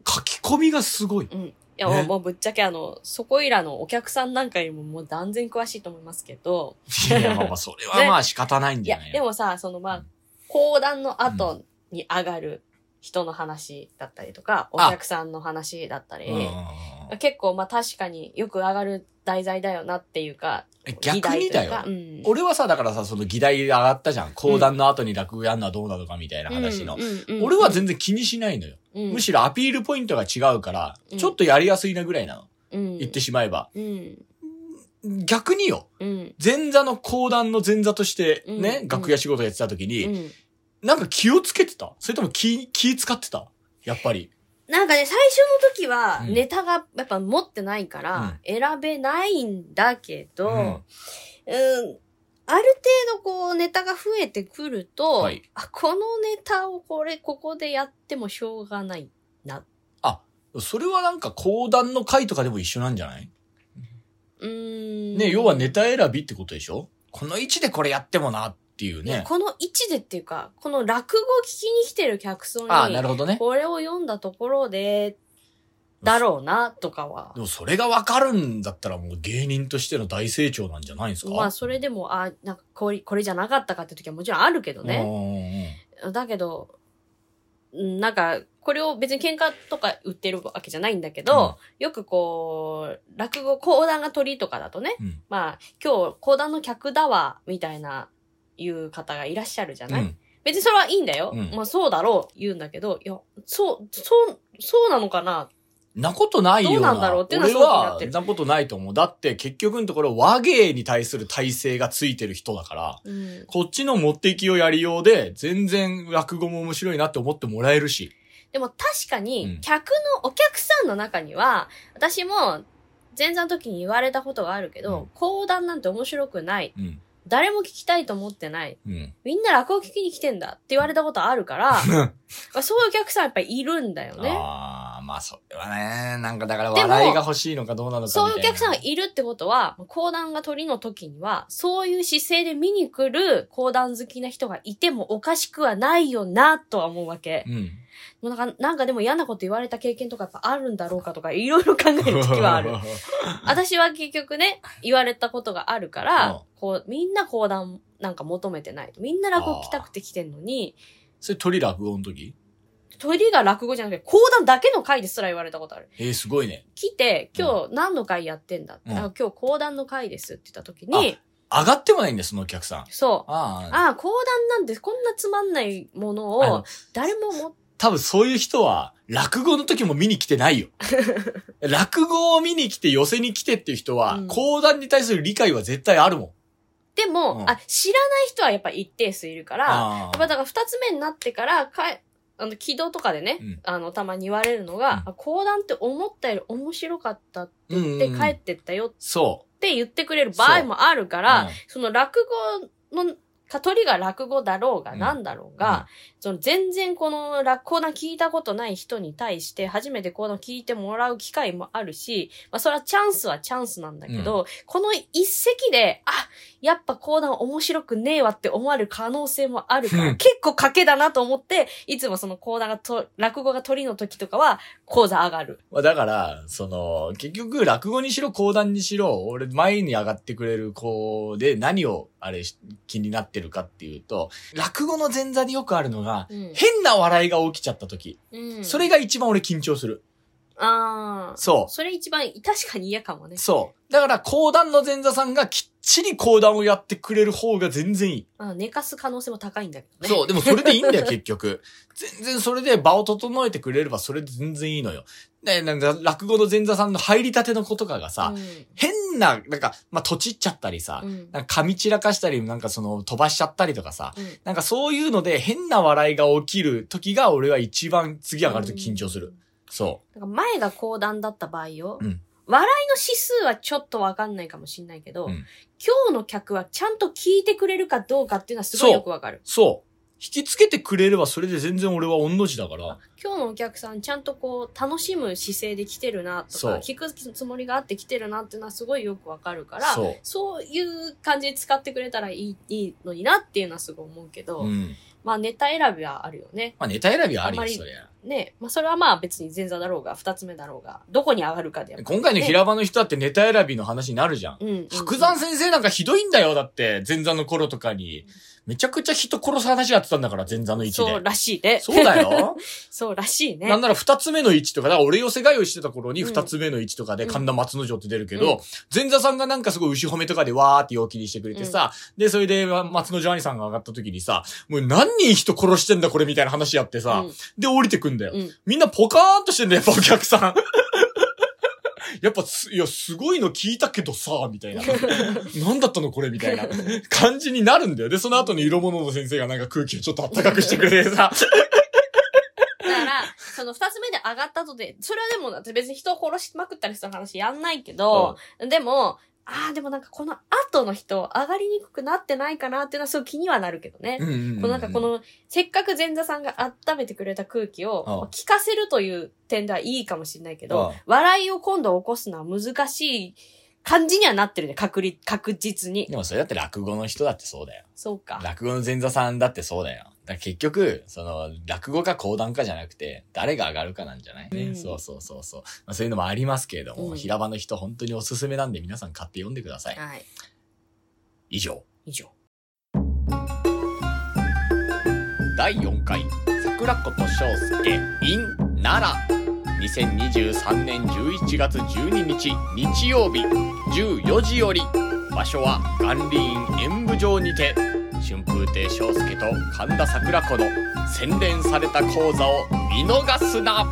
Speaker 2: 書き込みがす
Speaker 4: <laughs>
Speaker 2: ごい。
Speaker 4: うん。いや、
Speaker 2: ね
Speaker 4: もうぶっちゃけあの、そこいらのお客さんなんかよりももう断然詳しいと思いますけど、
Speaker 2: いや、まあまあ、それはまあ仕方ないん
Speaker 4: い
Speaker 2: じゃ
Speaker 4: や
Speaker 2: ない、
Speaker 4: で
Speaker 2: の
Speaker 4: もさ、その
Speaker 2: う
Speaker 4: まあ
Speaker 2: ん、
Speaker 4: 講談の後に上がる人の話だったりとか、お
Speaker 2: あ
Speaker 4: 客さんの話だったり、
Speaker 2: うんうん
Speaker 4: 結構まあ確かによく上がる題材だよなっていうか、
Speaker 2: うん逆にだ
Speaker 4: 議題
Speaker 2: よ
Speaker 4: と。いうか
Speaker 2: 俺はさ、だからさ、その議題上がったじゃん。講談の後に落語やんのはどうなのかみたいな
Speaker 4: うん、
Speaker 2: 話の
Speaker 4: うん。。うん
Speaker 2: 俺は、全然気にしないのよ。
Speaker 4: うん
Speaker 2: むしろアピールポイントが違うから、
Speaker 4: うん
Speaker 2: ちょっとやりやすいなぐらいなの。
Speaker 4: うん
Speaker 2: 言ってしまえば。
Speaker 4: うん。
Speaker 2: 逆によ。
Speaker 4: うん。
Speaker 2: 前座の講談の前座としてね、
Speaker 4: うん
Speaker 2: 楽屋仕事やってた時に、
Speaker 4: うん
Speaker 2: なんか気をつけてたそれとも気、気使ってたやっぱり。
Speaker 4: なんかね、最初の時は
Speaker 2: うん
Speaker 4: ネタがやっぱ持ってないから、選べないんだけど、
Speaker 2: うん
Speaker 4: うんある程度こうネタが増えてくると、
Speaker 2: はい
Speaker 4: あこのネタをこれ、ここでやってもしょうがないな。
Speaker 2: それはなんか講談の回とかでも一緒なんじゃないう
Speaker 4: ーん。
Speaker 2: ね、要はネタ選びってことでしょこの位置でこれやってもなっっていうね。
Speaker 4: この位置でっていうか、この落語聞きに来てる客層に、
Speaker 2: ああ、なるほどね。
Speaker 4: これを読んだところで、だろうな、とかは
Speaker 2: で。もそれがわかるんだったらもう芸人としての大成長なんじゃないんですか
Speaker 4: まあ、それでも、あ、なんかこれ、これじゃなかったかって時はもちろんあるけどね。
Speaker 2: ね。
Speaker 4: だけど、うんなんか、これを別に喧嘩とか売ってるわけじゃないんだけど、よくこう、落語、講談が鳥とかだとね、
Speaker 2: うん
Speaker 4: まあ、今日講談の客だわ、みたいな、いう方がいらっしゃるじゃない、
Speaker 2: うん
Speaker 4: 別にそれはいいんだよ。
Speaker 2: うん
Speaker 4: まあ、そうだろう、言うんだけど、いや、そう、そう、そうなのかな
Speaker 2: なことないような。
Speaker 4: どうなんだろうっていうのは
Speaker 2: 俺
Speaker 4: すごくなっ
Speaker 2: は
Speaker 4: て、る
Speaker 2: なことないと思う。だって結局のところ和芸に対する体制がついてる人だから、
Speaker 4: うん
Speaker 2: こっちの持ってきをやりようで、全然落語も面白いなって思ってもらえるし。
Speaker 4: でも確か
Speaker 2: うん
Speaker 4: に、客の、お客さんの中には、私も、前座の時に言われたことがあるけ
Speaker 2: う
Speaker 4: ど、
Speaker 2: ん
Speaker 4: 講談なんて面白くない。
Speaker 2: うん。
Speaker 4: 誰も聞きたいと思ってない。
Speaker 2: うん。
Speaker 4: みんな落語聞きに来てんだって言われたことあるから、そういうお客さんやっぱりいるんだよね。
Speaker 2: ああ、まあそれはね、なんかだから
Speaker 4: でも
Speaker 2: 笑いが欲しいのかどうなのかみたい
Speaker 4: そ
Speaker 2: な。
Speaker 4: ういうお客さんがいるってことは、講談が鳥の時には、そういう姿勢で見に来る講談好きな人がいてもおかしくはないよな、とは思うわけ。 <laughs>
Speaker 2: うん。
Speaker 4: もうなんか、なんかでも嫌なこと言われた経験とかやっぱあるんだろうかとか、いろいろ考える時はある。私は結局ね、言われたことがあるか
Speaker 2: うん
Speaker 4: ら、こう、みんな講談なんか求めてない。みんな落語来たくて来てんのに、
Speaker 2: <laughs> それ鳥落語の時
Speaker 4: 鳥が落語じゃなくて、講談だけの回ですら言われたことある。
Speaker 2: えー、すごいね。
Speaker 4: 来て、今日何の回やってんだって、
Speaker 2: うん
Speaker 4: あ今日講談の回ですって言った時に、
Speaker 2: 上がってもないんだよ、そのお客さん。
Speaker 4: そう。
Speaker 2: ああ。
Speaker 4: ああ、講談なんてこんなつまんないもの
Speaker 2: あの
Speaker 4: を、誰もも、
Speaker 2: 多分そういう人は、落語の時も見に来てない
Speaker 4: <laughs>
Speaker 2: よ。落語を見に来て、寄せに来てっていう人は、
Speaker 4: うん
Speaker 2: 講談に対する理解は絶対あるもん。
Speaker 4: でも、
Speaker 2: うん
Speaker 4: あ、知らない人はやっぱ一定数いるから、やっ
Speaker 2: あ
Speaker 4: ぱだから二つ目になってから、かいあの、軌道とかでね、
Speaker 2: うん
Speaker 4: あの、たまに言われるのが、
Speaker 2: うん
Speaker 4: あ講談って思ったより面白かったって
Speaker 2: うんうん
Speaker 4: 言って帰ってったよっ
Speaker 2: そ
Speaker 4: て言ってくれる場合もあるか
Speaker 2: う。
Speaker 4: ら、
Speaker 2: うん
Speaker 4: その落語の、か鳥が落語だろうが
Speaker 2: うん
Speaker 4: 何だろうが、その全然この落講談聞いたことない人に対して初めて講談聞いてもらう機会もあるし、まあそれはチャンスはチャンスなんだけど、この一席で、あ、やっぱ講談面白くねえわって思われる可能性もあるか
Speaker 2: う
Speaker 4: ら、
Speaker 2: ん
Speaker 4: 結構賭けだなと思って、いつもその講談がと、落語が鳥の時とかは講座上がる。
Speaker 2: まあだから、その、結局、落語にしろ、講談にしろ、俺、前に上がってくれる子で、何を、あれ、し気になってるかっていうと、落語の前座でよくあるのが、
Speaker 4: うん
Speaker 2: 変な笑いが起きちゃった時。
Speaker 4: うん
Speaker 2: それが一番俺緊張する。
Speaker 4: ああ。
Speaker 2: そう。
Speaker 4: それ一番確かに嫌かもね。
Speaker 2: そう。だから、講談の前座さんがきっちり講談をやってくれる方が全然いい。
Speaker 4: あ寝かす可能性も高いんだけどね。
Speaker 2: そう。でもそれでいいんだよ、結
Speaker 4: <laughs>
Speaker 2: 局。全然それで場を整えてくれればそれで全然いいのよ。で、なんか、落語の前座さんの入りたての子とかがさ、
Speaker 4: う
Speaker 2: 変な、なんか、まあ、とちっちゃったりさ、
Speaker 4: んうん
Speaker 2: なんか噛み散らかしたり、なんかその飛ばしちゃったりとかさ、
Speaker 4: うん
Speaker 2: なんかそういうので変な笑いが起きる時が俺は一番次上がると緊張する。そ
Speaker 4: なんか前が講談だった場合よ、
Speaker 2: うん
Speaker 4: 笑いの指数はちょっとわかんないかもしれないけど、
Speaker 2: うん
Speaker 4: 今日の客はちゃんと聞いてくれるかどうかっていうのはすごいよくわかる
Speaker 2: う。。そう。引きつけてくれればそれで全然俺は御の字だから。
Speaker 4: 今日のお客さんちゃんとこう楽しむ姿勢で来てるなと
Speaker 2: そう
Speaker 4: か、聞くつもりがあって来てるなっていうのはすごいよくわかるから、
Speaker 2: そう
Speaker 4: そういう感じで使ってくれたらいいいいのになっていうのはすごい思うけど、
Speaker 2: うん。
Speaker 4: まあネタ選びはあるよね。
Speaker 2: まあネタ選びはあり
Speaker 4: あんま
Speaker 2: よ、
Speaker 4: り
Speaker 2: そりゃ。
Speaker 4: ねまあそれはまあ別に前座だろうが、二つ目だろうが、どこに上がるかでやっぱ
Speaker 2: 今回の平場の人だってネタ選びの話になるじゃん。
Speaker 4: うんうんうん
Speaker 2: 白山先生なんかひどいんだよ、だって、前座の頃とかに。めちゃくちゃ人殺す話やってたんだから、前座の位置
Speaker 4: そ
Speaker 2: で。
Speaker 4: うらしい <laughs> ね。
Speaker 2: そうだよ。
Speaker 4: そうらしいね。
Speaker 2: なんなら二つ目の位置とか、だから俺寄せが用してた頃に
Speaker 4: うん
Speaker 2: 二つ目の位置とかで
Speaker 4: うん
Speaker 2: 神田松之丞って出るけ
Speaker 4: うん
Speaker 2: ど、前座さんがなんかすごい牛褒めとかでわーって陽気にしてくれてさ、で、それで松之丞兄さんが上がった時にさ、もう何人人殺してんだこれみたいな話やってさ、で降りてくんだよ。
Speaker 4: うん
Speaker 2: みんなポカーンとしてんだよ、やっぱお客さん。 <laughs> やっぱす、いや、すごいの聞いたけどさ、みたい
Speaker 4: <laughs>
Speaker 2: な。なんだったのこれみたいな感じになるんだよ。で、その後に色物の先生がなんか空気をちょっとあったかくしてくれてさ。
Speaker 4: だから、その二つ目で上がったとで、それはでもだって別に人を殺しまくったりする話やんないけど、でも、ああ、でもなんかこの後の人、上がりにくくなってないかなっていうのはすごい気にはなるけどね。
Speaker 2: うんうんうん
Speaker 4: このなんかこの、せっかく前座さんが温めてくれた空気を
Speaker 2: ああ
Speaker 4: まあ聞かせるという点ではいいかもしれない
Speaker 2: あ
Speaker 4: け
Speaker 2: あ
Speaker 4: ど、笑いを今度起こすのは難しい感じにはなってるね。確率、確実に。
Speaker 2: でもそれだって落語の人だってそうだよ。
Speaker 4: そうか。
Speaker 2: 落語の前座さんだってそうだよ。だから結局、その、落語か講談かじゃなくて、誰が上がるかなんじゃないね。
Speaker 4: うん
Speaker 2: そうそうそうそう。まあ、そういうのもありますけれども、
Speaker 4: うん
Speaker 2: 平場の人本当におすすめなんで皆さん買って読んでください。
Speaker 4: はい。
Speaker 2: 以上。
Speaker 4: 以上。
Speaker 2: 第4回、桜子と翔介 in 奈良。2023年11月12日日曜日14時より場所は元林院演舞場にて春風亭昇介と神田桜子の洗練された講座を見逃すな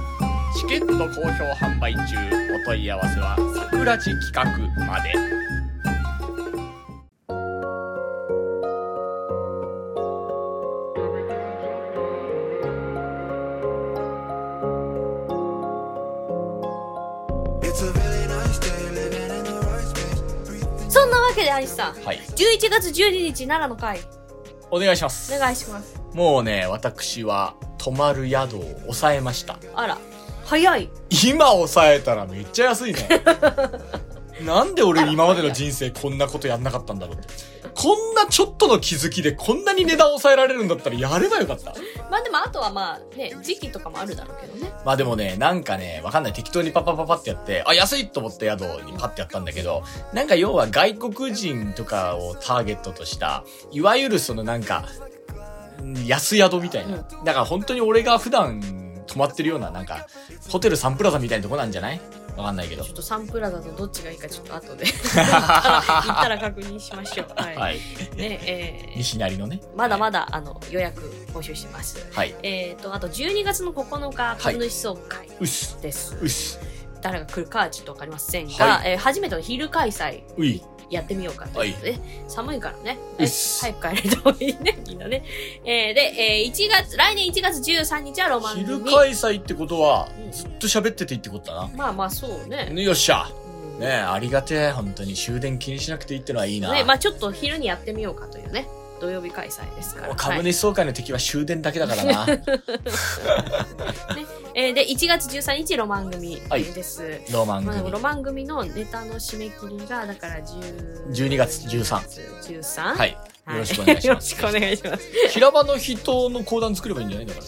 Speaker 2: チケット好評販売中お問い合わせは桜地企画まで
Speaker 4: そんなわけで、アリスさん。
Speaker 2: はい
Speaker 4: 11月12日、奈良の会、
Speaker 2: お願いします
Speaker 4: お願いします。
Speaker 2: もうね私は泊まる宿を抑えました
Speaker 4: あら、早い。
Speaker 2: 今抑えたらめっちゃ安いね <laughs> なんで俺今までの人生こんなことやんなかったんだろうってこんなちょっとの気づきでこんなに値段抑えられるんだったらやればよかった
Speaker 4: まあでも、あとはまあ、ね、時期とかもあるだろうけどね。
Speaker 2: まあでもねなんかねわかんない適当にパッパッパッパってやってあ安いと思って宿にパッてやったんだけどなんか要は外国人とかをターゲットとしたいわゆるそのなんかうん安宿みたいなだから本当に俺が普段泊まってるようななんかホテルサンプラザみたいなとこなんじゃないわかんないけど
Speaker 4: ちょっとサンプラザとどっちがいいかちょっと後 <laughs> で行ったら確認しましょう。はい。
Speaker 2: はい
Speaker 4: ねえー
Speaker 2: 西成のね。
Speaker 4: まだまだあの予約募集してます。
Speaker 2: はい。
Speaker 4: えっ、とあと12月の9日
Speaker 2: はい
Speaker 4: 株主総会
Speaker 2: うっす。
Speaker 4: です。
Speaker 2: うっす。
Speaker 4: 誰が来るかはちょっとわかりませんが、
Speaker 2: は
Speaker 4: えー初めての昼開催
Speaker 2: うい。
Speaker 4: やってみようかということで、ね寒いからね、
Speaker 2: うっす
Speaker 4: 早く帰れた方がいいねみんなね。えーで、えー1月来年1月13日はロマン組
Speaker 2: 昼開催ってことは
Speaker 4: う、ん
Speaker 2: ずっと喋ってていいってことだ
Speaker 4: まあまあそう
Speaker 2: な。
Speaker 4: ね。
Speaker 2: ねよっしゃ。
Speaker 4: うん
Speaker 2: ねえ、ありがてえ。本当に終電気にしなくていいってのはいいな。
Speaker 4: ねまあちょっと昼にやってみようかというね土曜日開催ですから。はい
Speaker 2: 株主総会の敵は終電だけだからな。
Speaker 4: えーで1月13日ロマン組です、
Speaker 2: <laughs> ロマン
Speaker 4: まあ、でも
Speaker 2: 組
Speaker 4: ロ。マン組のネタの締め切りがだから10
Speaker 2: 12月13
Speaker 4: 13、
Speaker 2: はいい。よろしくお願いします
Speaker 4: よろしくお願いします
Speaker 2: 平場の人の講談作ればいいんじゃないだから。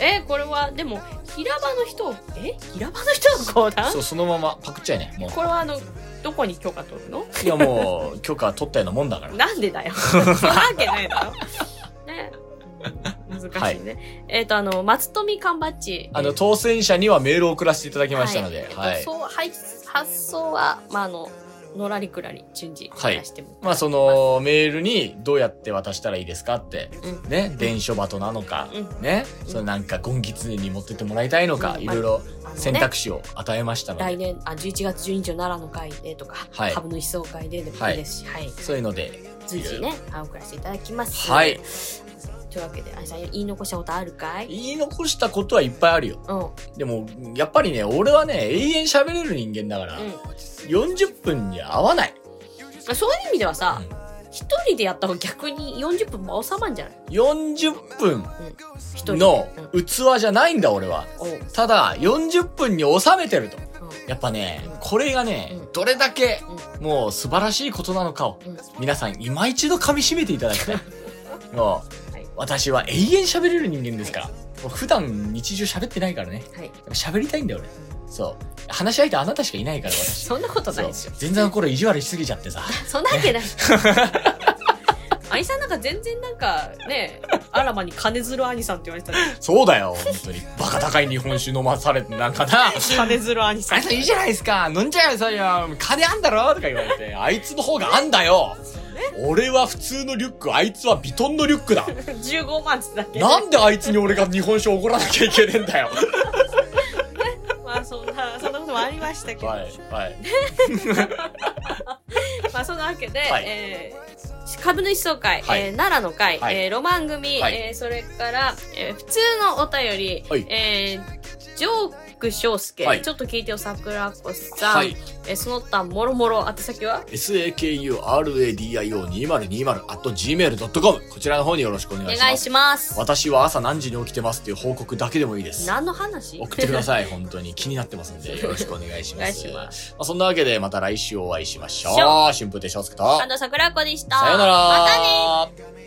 Speaker 4: えーこれはでも平場の人え平場の人の講談
Speaker 2: そう、そのままパクっちゃいね。も
Speaker 4: これはあのどこに許可取るの
Speaker 2: う。いやもう、許可取ったようなもん
Speaker 4: <laughs>
Speaker 2: だから。
Speaker 4: なんでだよそんなわけないだろね難しいね、えっ、とあの松富缶バッジ
Speaker 2: あの、当選者にはメールを送らせていただきましたので。
Speaker 4: は
Speaker 2: はい
Speaker 4: えっ
Speaker 2: い
Speaker 4: と。そうはい発送は、まあ、あののらりくらり順次
Speaker 2: はい
Speaker 4: 出しても、
Speaker 2: まあそのメールにどうやって渡したらいいですかって、
Speaker 4: う
Speaker 2: ね、伝書鳩なのか、
Speaker 4: う
Speaker 2: ね、
Speaker 4: うん
Speaker 2: そのなんかゴンギツネに持ってってもらいたいのか、
Speaker 4: うん
Speaker 2: いろいろ
Speaker 4: あのね
Speaker 2: 選択肢を与えましたので、
Speaker 4: 来年あ11月12日の奈良の会でとか、
Speaker 2: はい
Speaker 4: 株主総会ででも
Speaker 2: はい
Speaker 4: い
Speaker 2: い
Speaker 4: ですし、はい
Speaker 2: そういうので、
Speaker 4: 随時ねあ送らせていただきます。
Speaker 2: はい。
Speaker 4: というわけであいさん言い残したことあるかい
Speaker 2: 言い残したことはいっぱいあるよ。
Speaker 4: うんうん
Speaker 2: でも、やっぱりね、俺はね、永遠喋れる人間だから、40分に合わない。
Speaker 4: あそういう意味ではさ
Speaker 2: う
Speaker 4: 一、人でやった方が逆に40分も収まんじゃない
Speaker 2: 40分
Speaker 4: 一人で
Speaker 2: の
Speaker 4: うん
Speaker 2: 器じゃないんだ、俺は。
Speaker 4: おう
Speaker 2: ただ、40分に収めてると。
Speaker 4: う
Speaker 2: やっぱね
Speaker 4: うん、
Speaker 2: これがね
Speaker 4: う、ん
Speaker 2: どれだけ、もう素晴らしいことなのかを、
Speaker 4: んうん
Speaker 2: 皆さん今一度噛み締めていただきたい。
Speaker 4: <laughs>
Speaker 2: もう、
Speaker 4: はい
Speaker 2: 私は永遠喋れる人間ですから。もう普段日常喋ってないからね。
Speaker 4: はい、
Speaker 2: 喋りたいんだよ、俺。そう。話し相手あなたしかいないから、私。
Speaker 4: <laughs> そんなことないです
Speaker 2: そ
Speaker 4: よ
Speaker 2: う。全然の頃意地悪しすぎちゃってさ。
Speaker 4: そんな
Speaker 2: <laughs>
Speaker 4: わけない。アニさんなんか全然なんかね、あらまに金づるアニさんって言われてたのに
Speaker 2: そうだよ、本当に。バカ高い日本酒飲まされて、なんかな。
Speaker 4: 金づるアニさ
Speaker 2: あ <laughs>
Speaker 4: ん。
Speaker 2: いついいじゃないですか飲んじゃえよ、そりゃ金あんだろとか言われて、あいつの方があんだよ俺は普通のリュック、あいつはビトンのリュックだ
Speaker 4: 15万っつったっけ
Speaker 2: なんであいつに俺が日本酒を怒らなきゃいけねえんだよ
Speaker 4: まあそんな、そんなこともありましたけど。
Speaker 2: はい、はい。
Speaker 4: まあそんなわけで、
Speaker 2: はい
Speaker 4: えー株主総会、
Speaker 2: はい
Speaker 4: えー奈良の会、
Speaker 2: はい
Speaker 4: えーロマン組、
Speaker 2: はい
Speaker 4: えーそれから、えー普通のお便り、
Speaker 2: はい
Speaker 4: えージョーク翔介、
Speaker 2: はい
Speaker 4: ちょっと聞いてよ、桜子さん、
Speaker 2: はい
Speaker 4: えその他もろもろ、宛先は
Speaker 2: sakuradio2020.gmail.com こちらの方によろしくお願
Speaker 4: お
Speaker 2: いします。
Speaker 4: 願いします。
Speaker 2: 私は朝何時に起きてますっていう報告だけでもいいです。
Speaker 4: 何の話
Speaker 2: 送ってくだ
Speaker 4: い。
Speaker 2: さい。本当に気になってますんで、よろしくお願いし
Speaker 4: お
Speaker 2: ま
Speaker 4: 願い
Speaker 2: す。
Speaker 4: します。
Speaker 2: まあ、そんなわけで、また来週お会いしましょう。
Speaker 4: しょ
Speaker 2: 春風亭昇介と。
Speaker 4: あの、桜子でした。
Speaker 2: さようなら。
Speaker 4: またね
Speaker 5: ね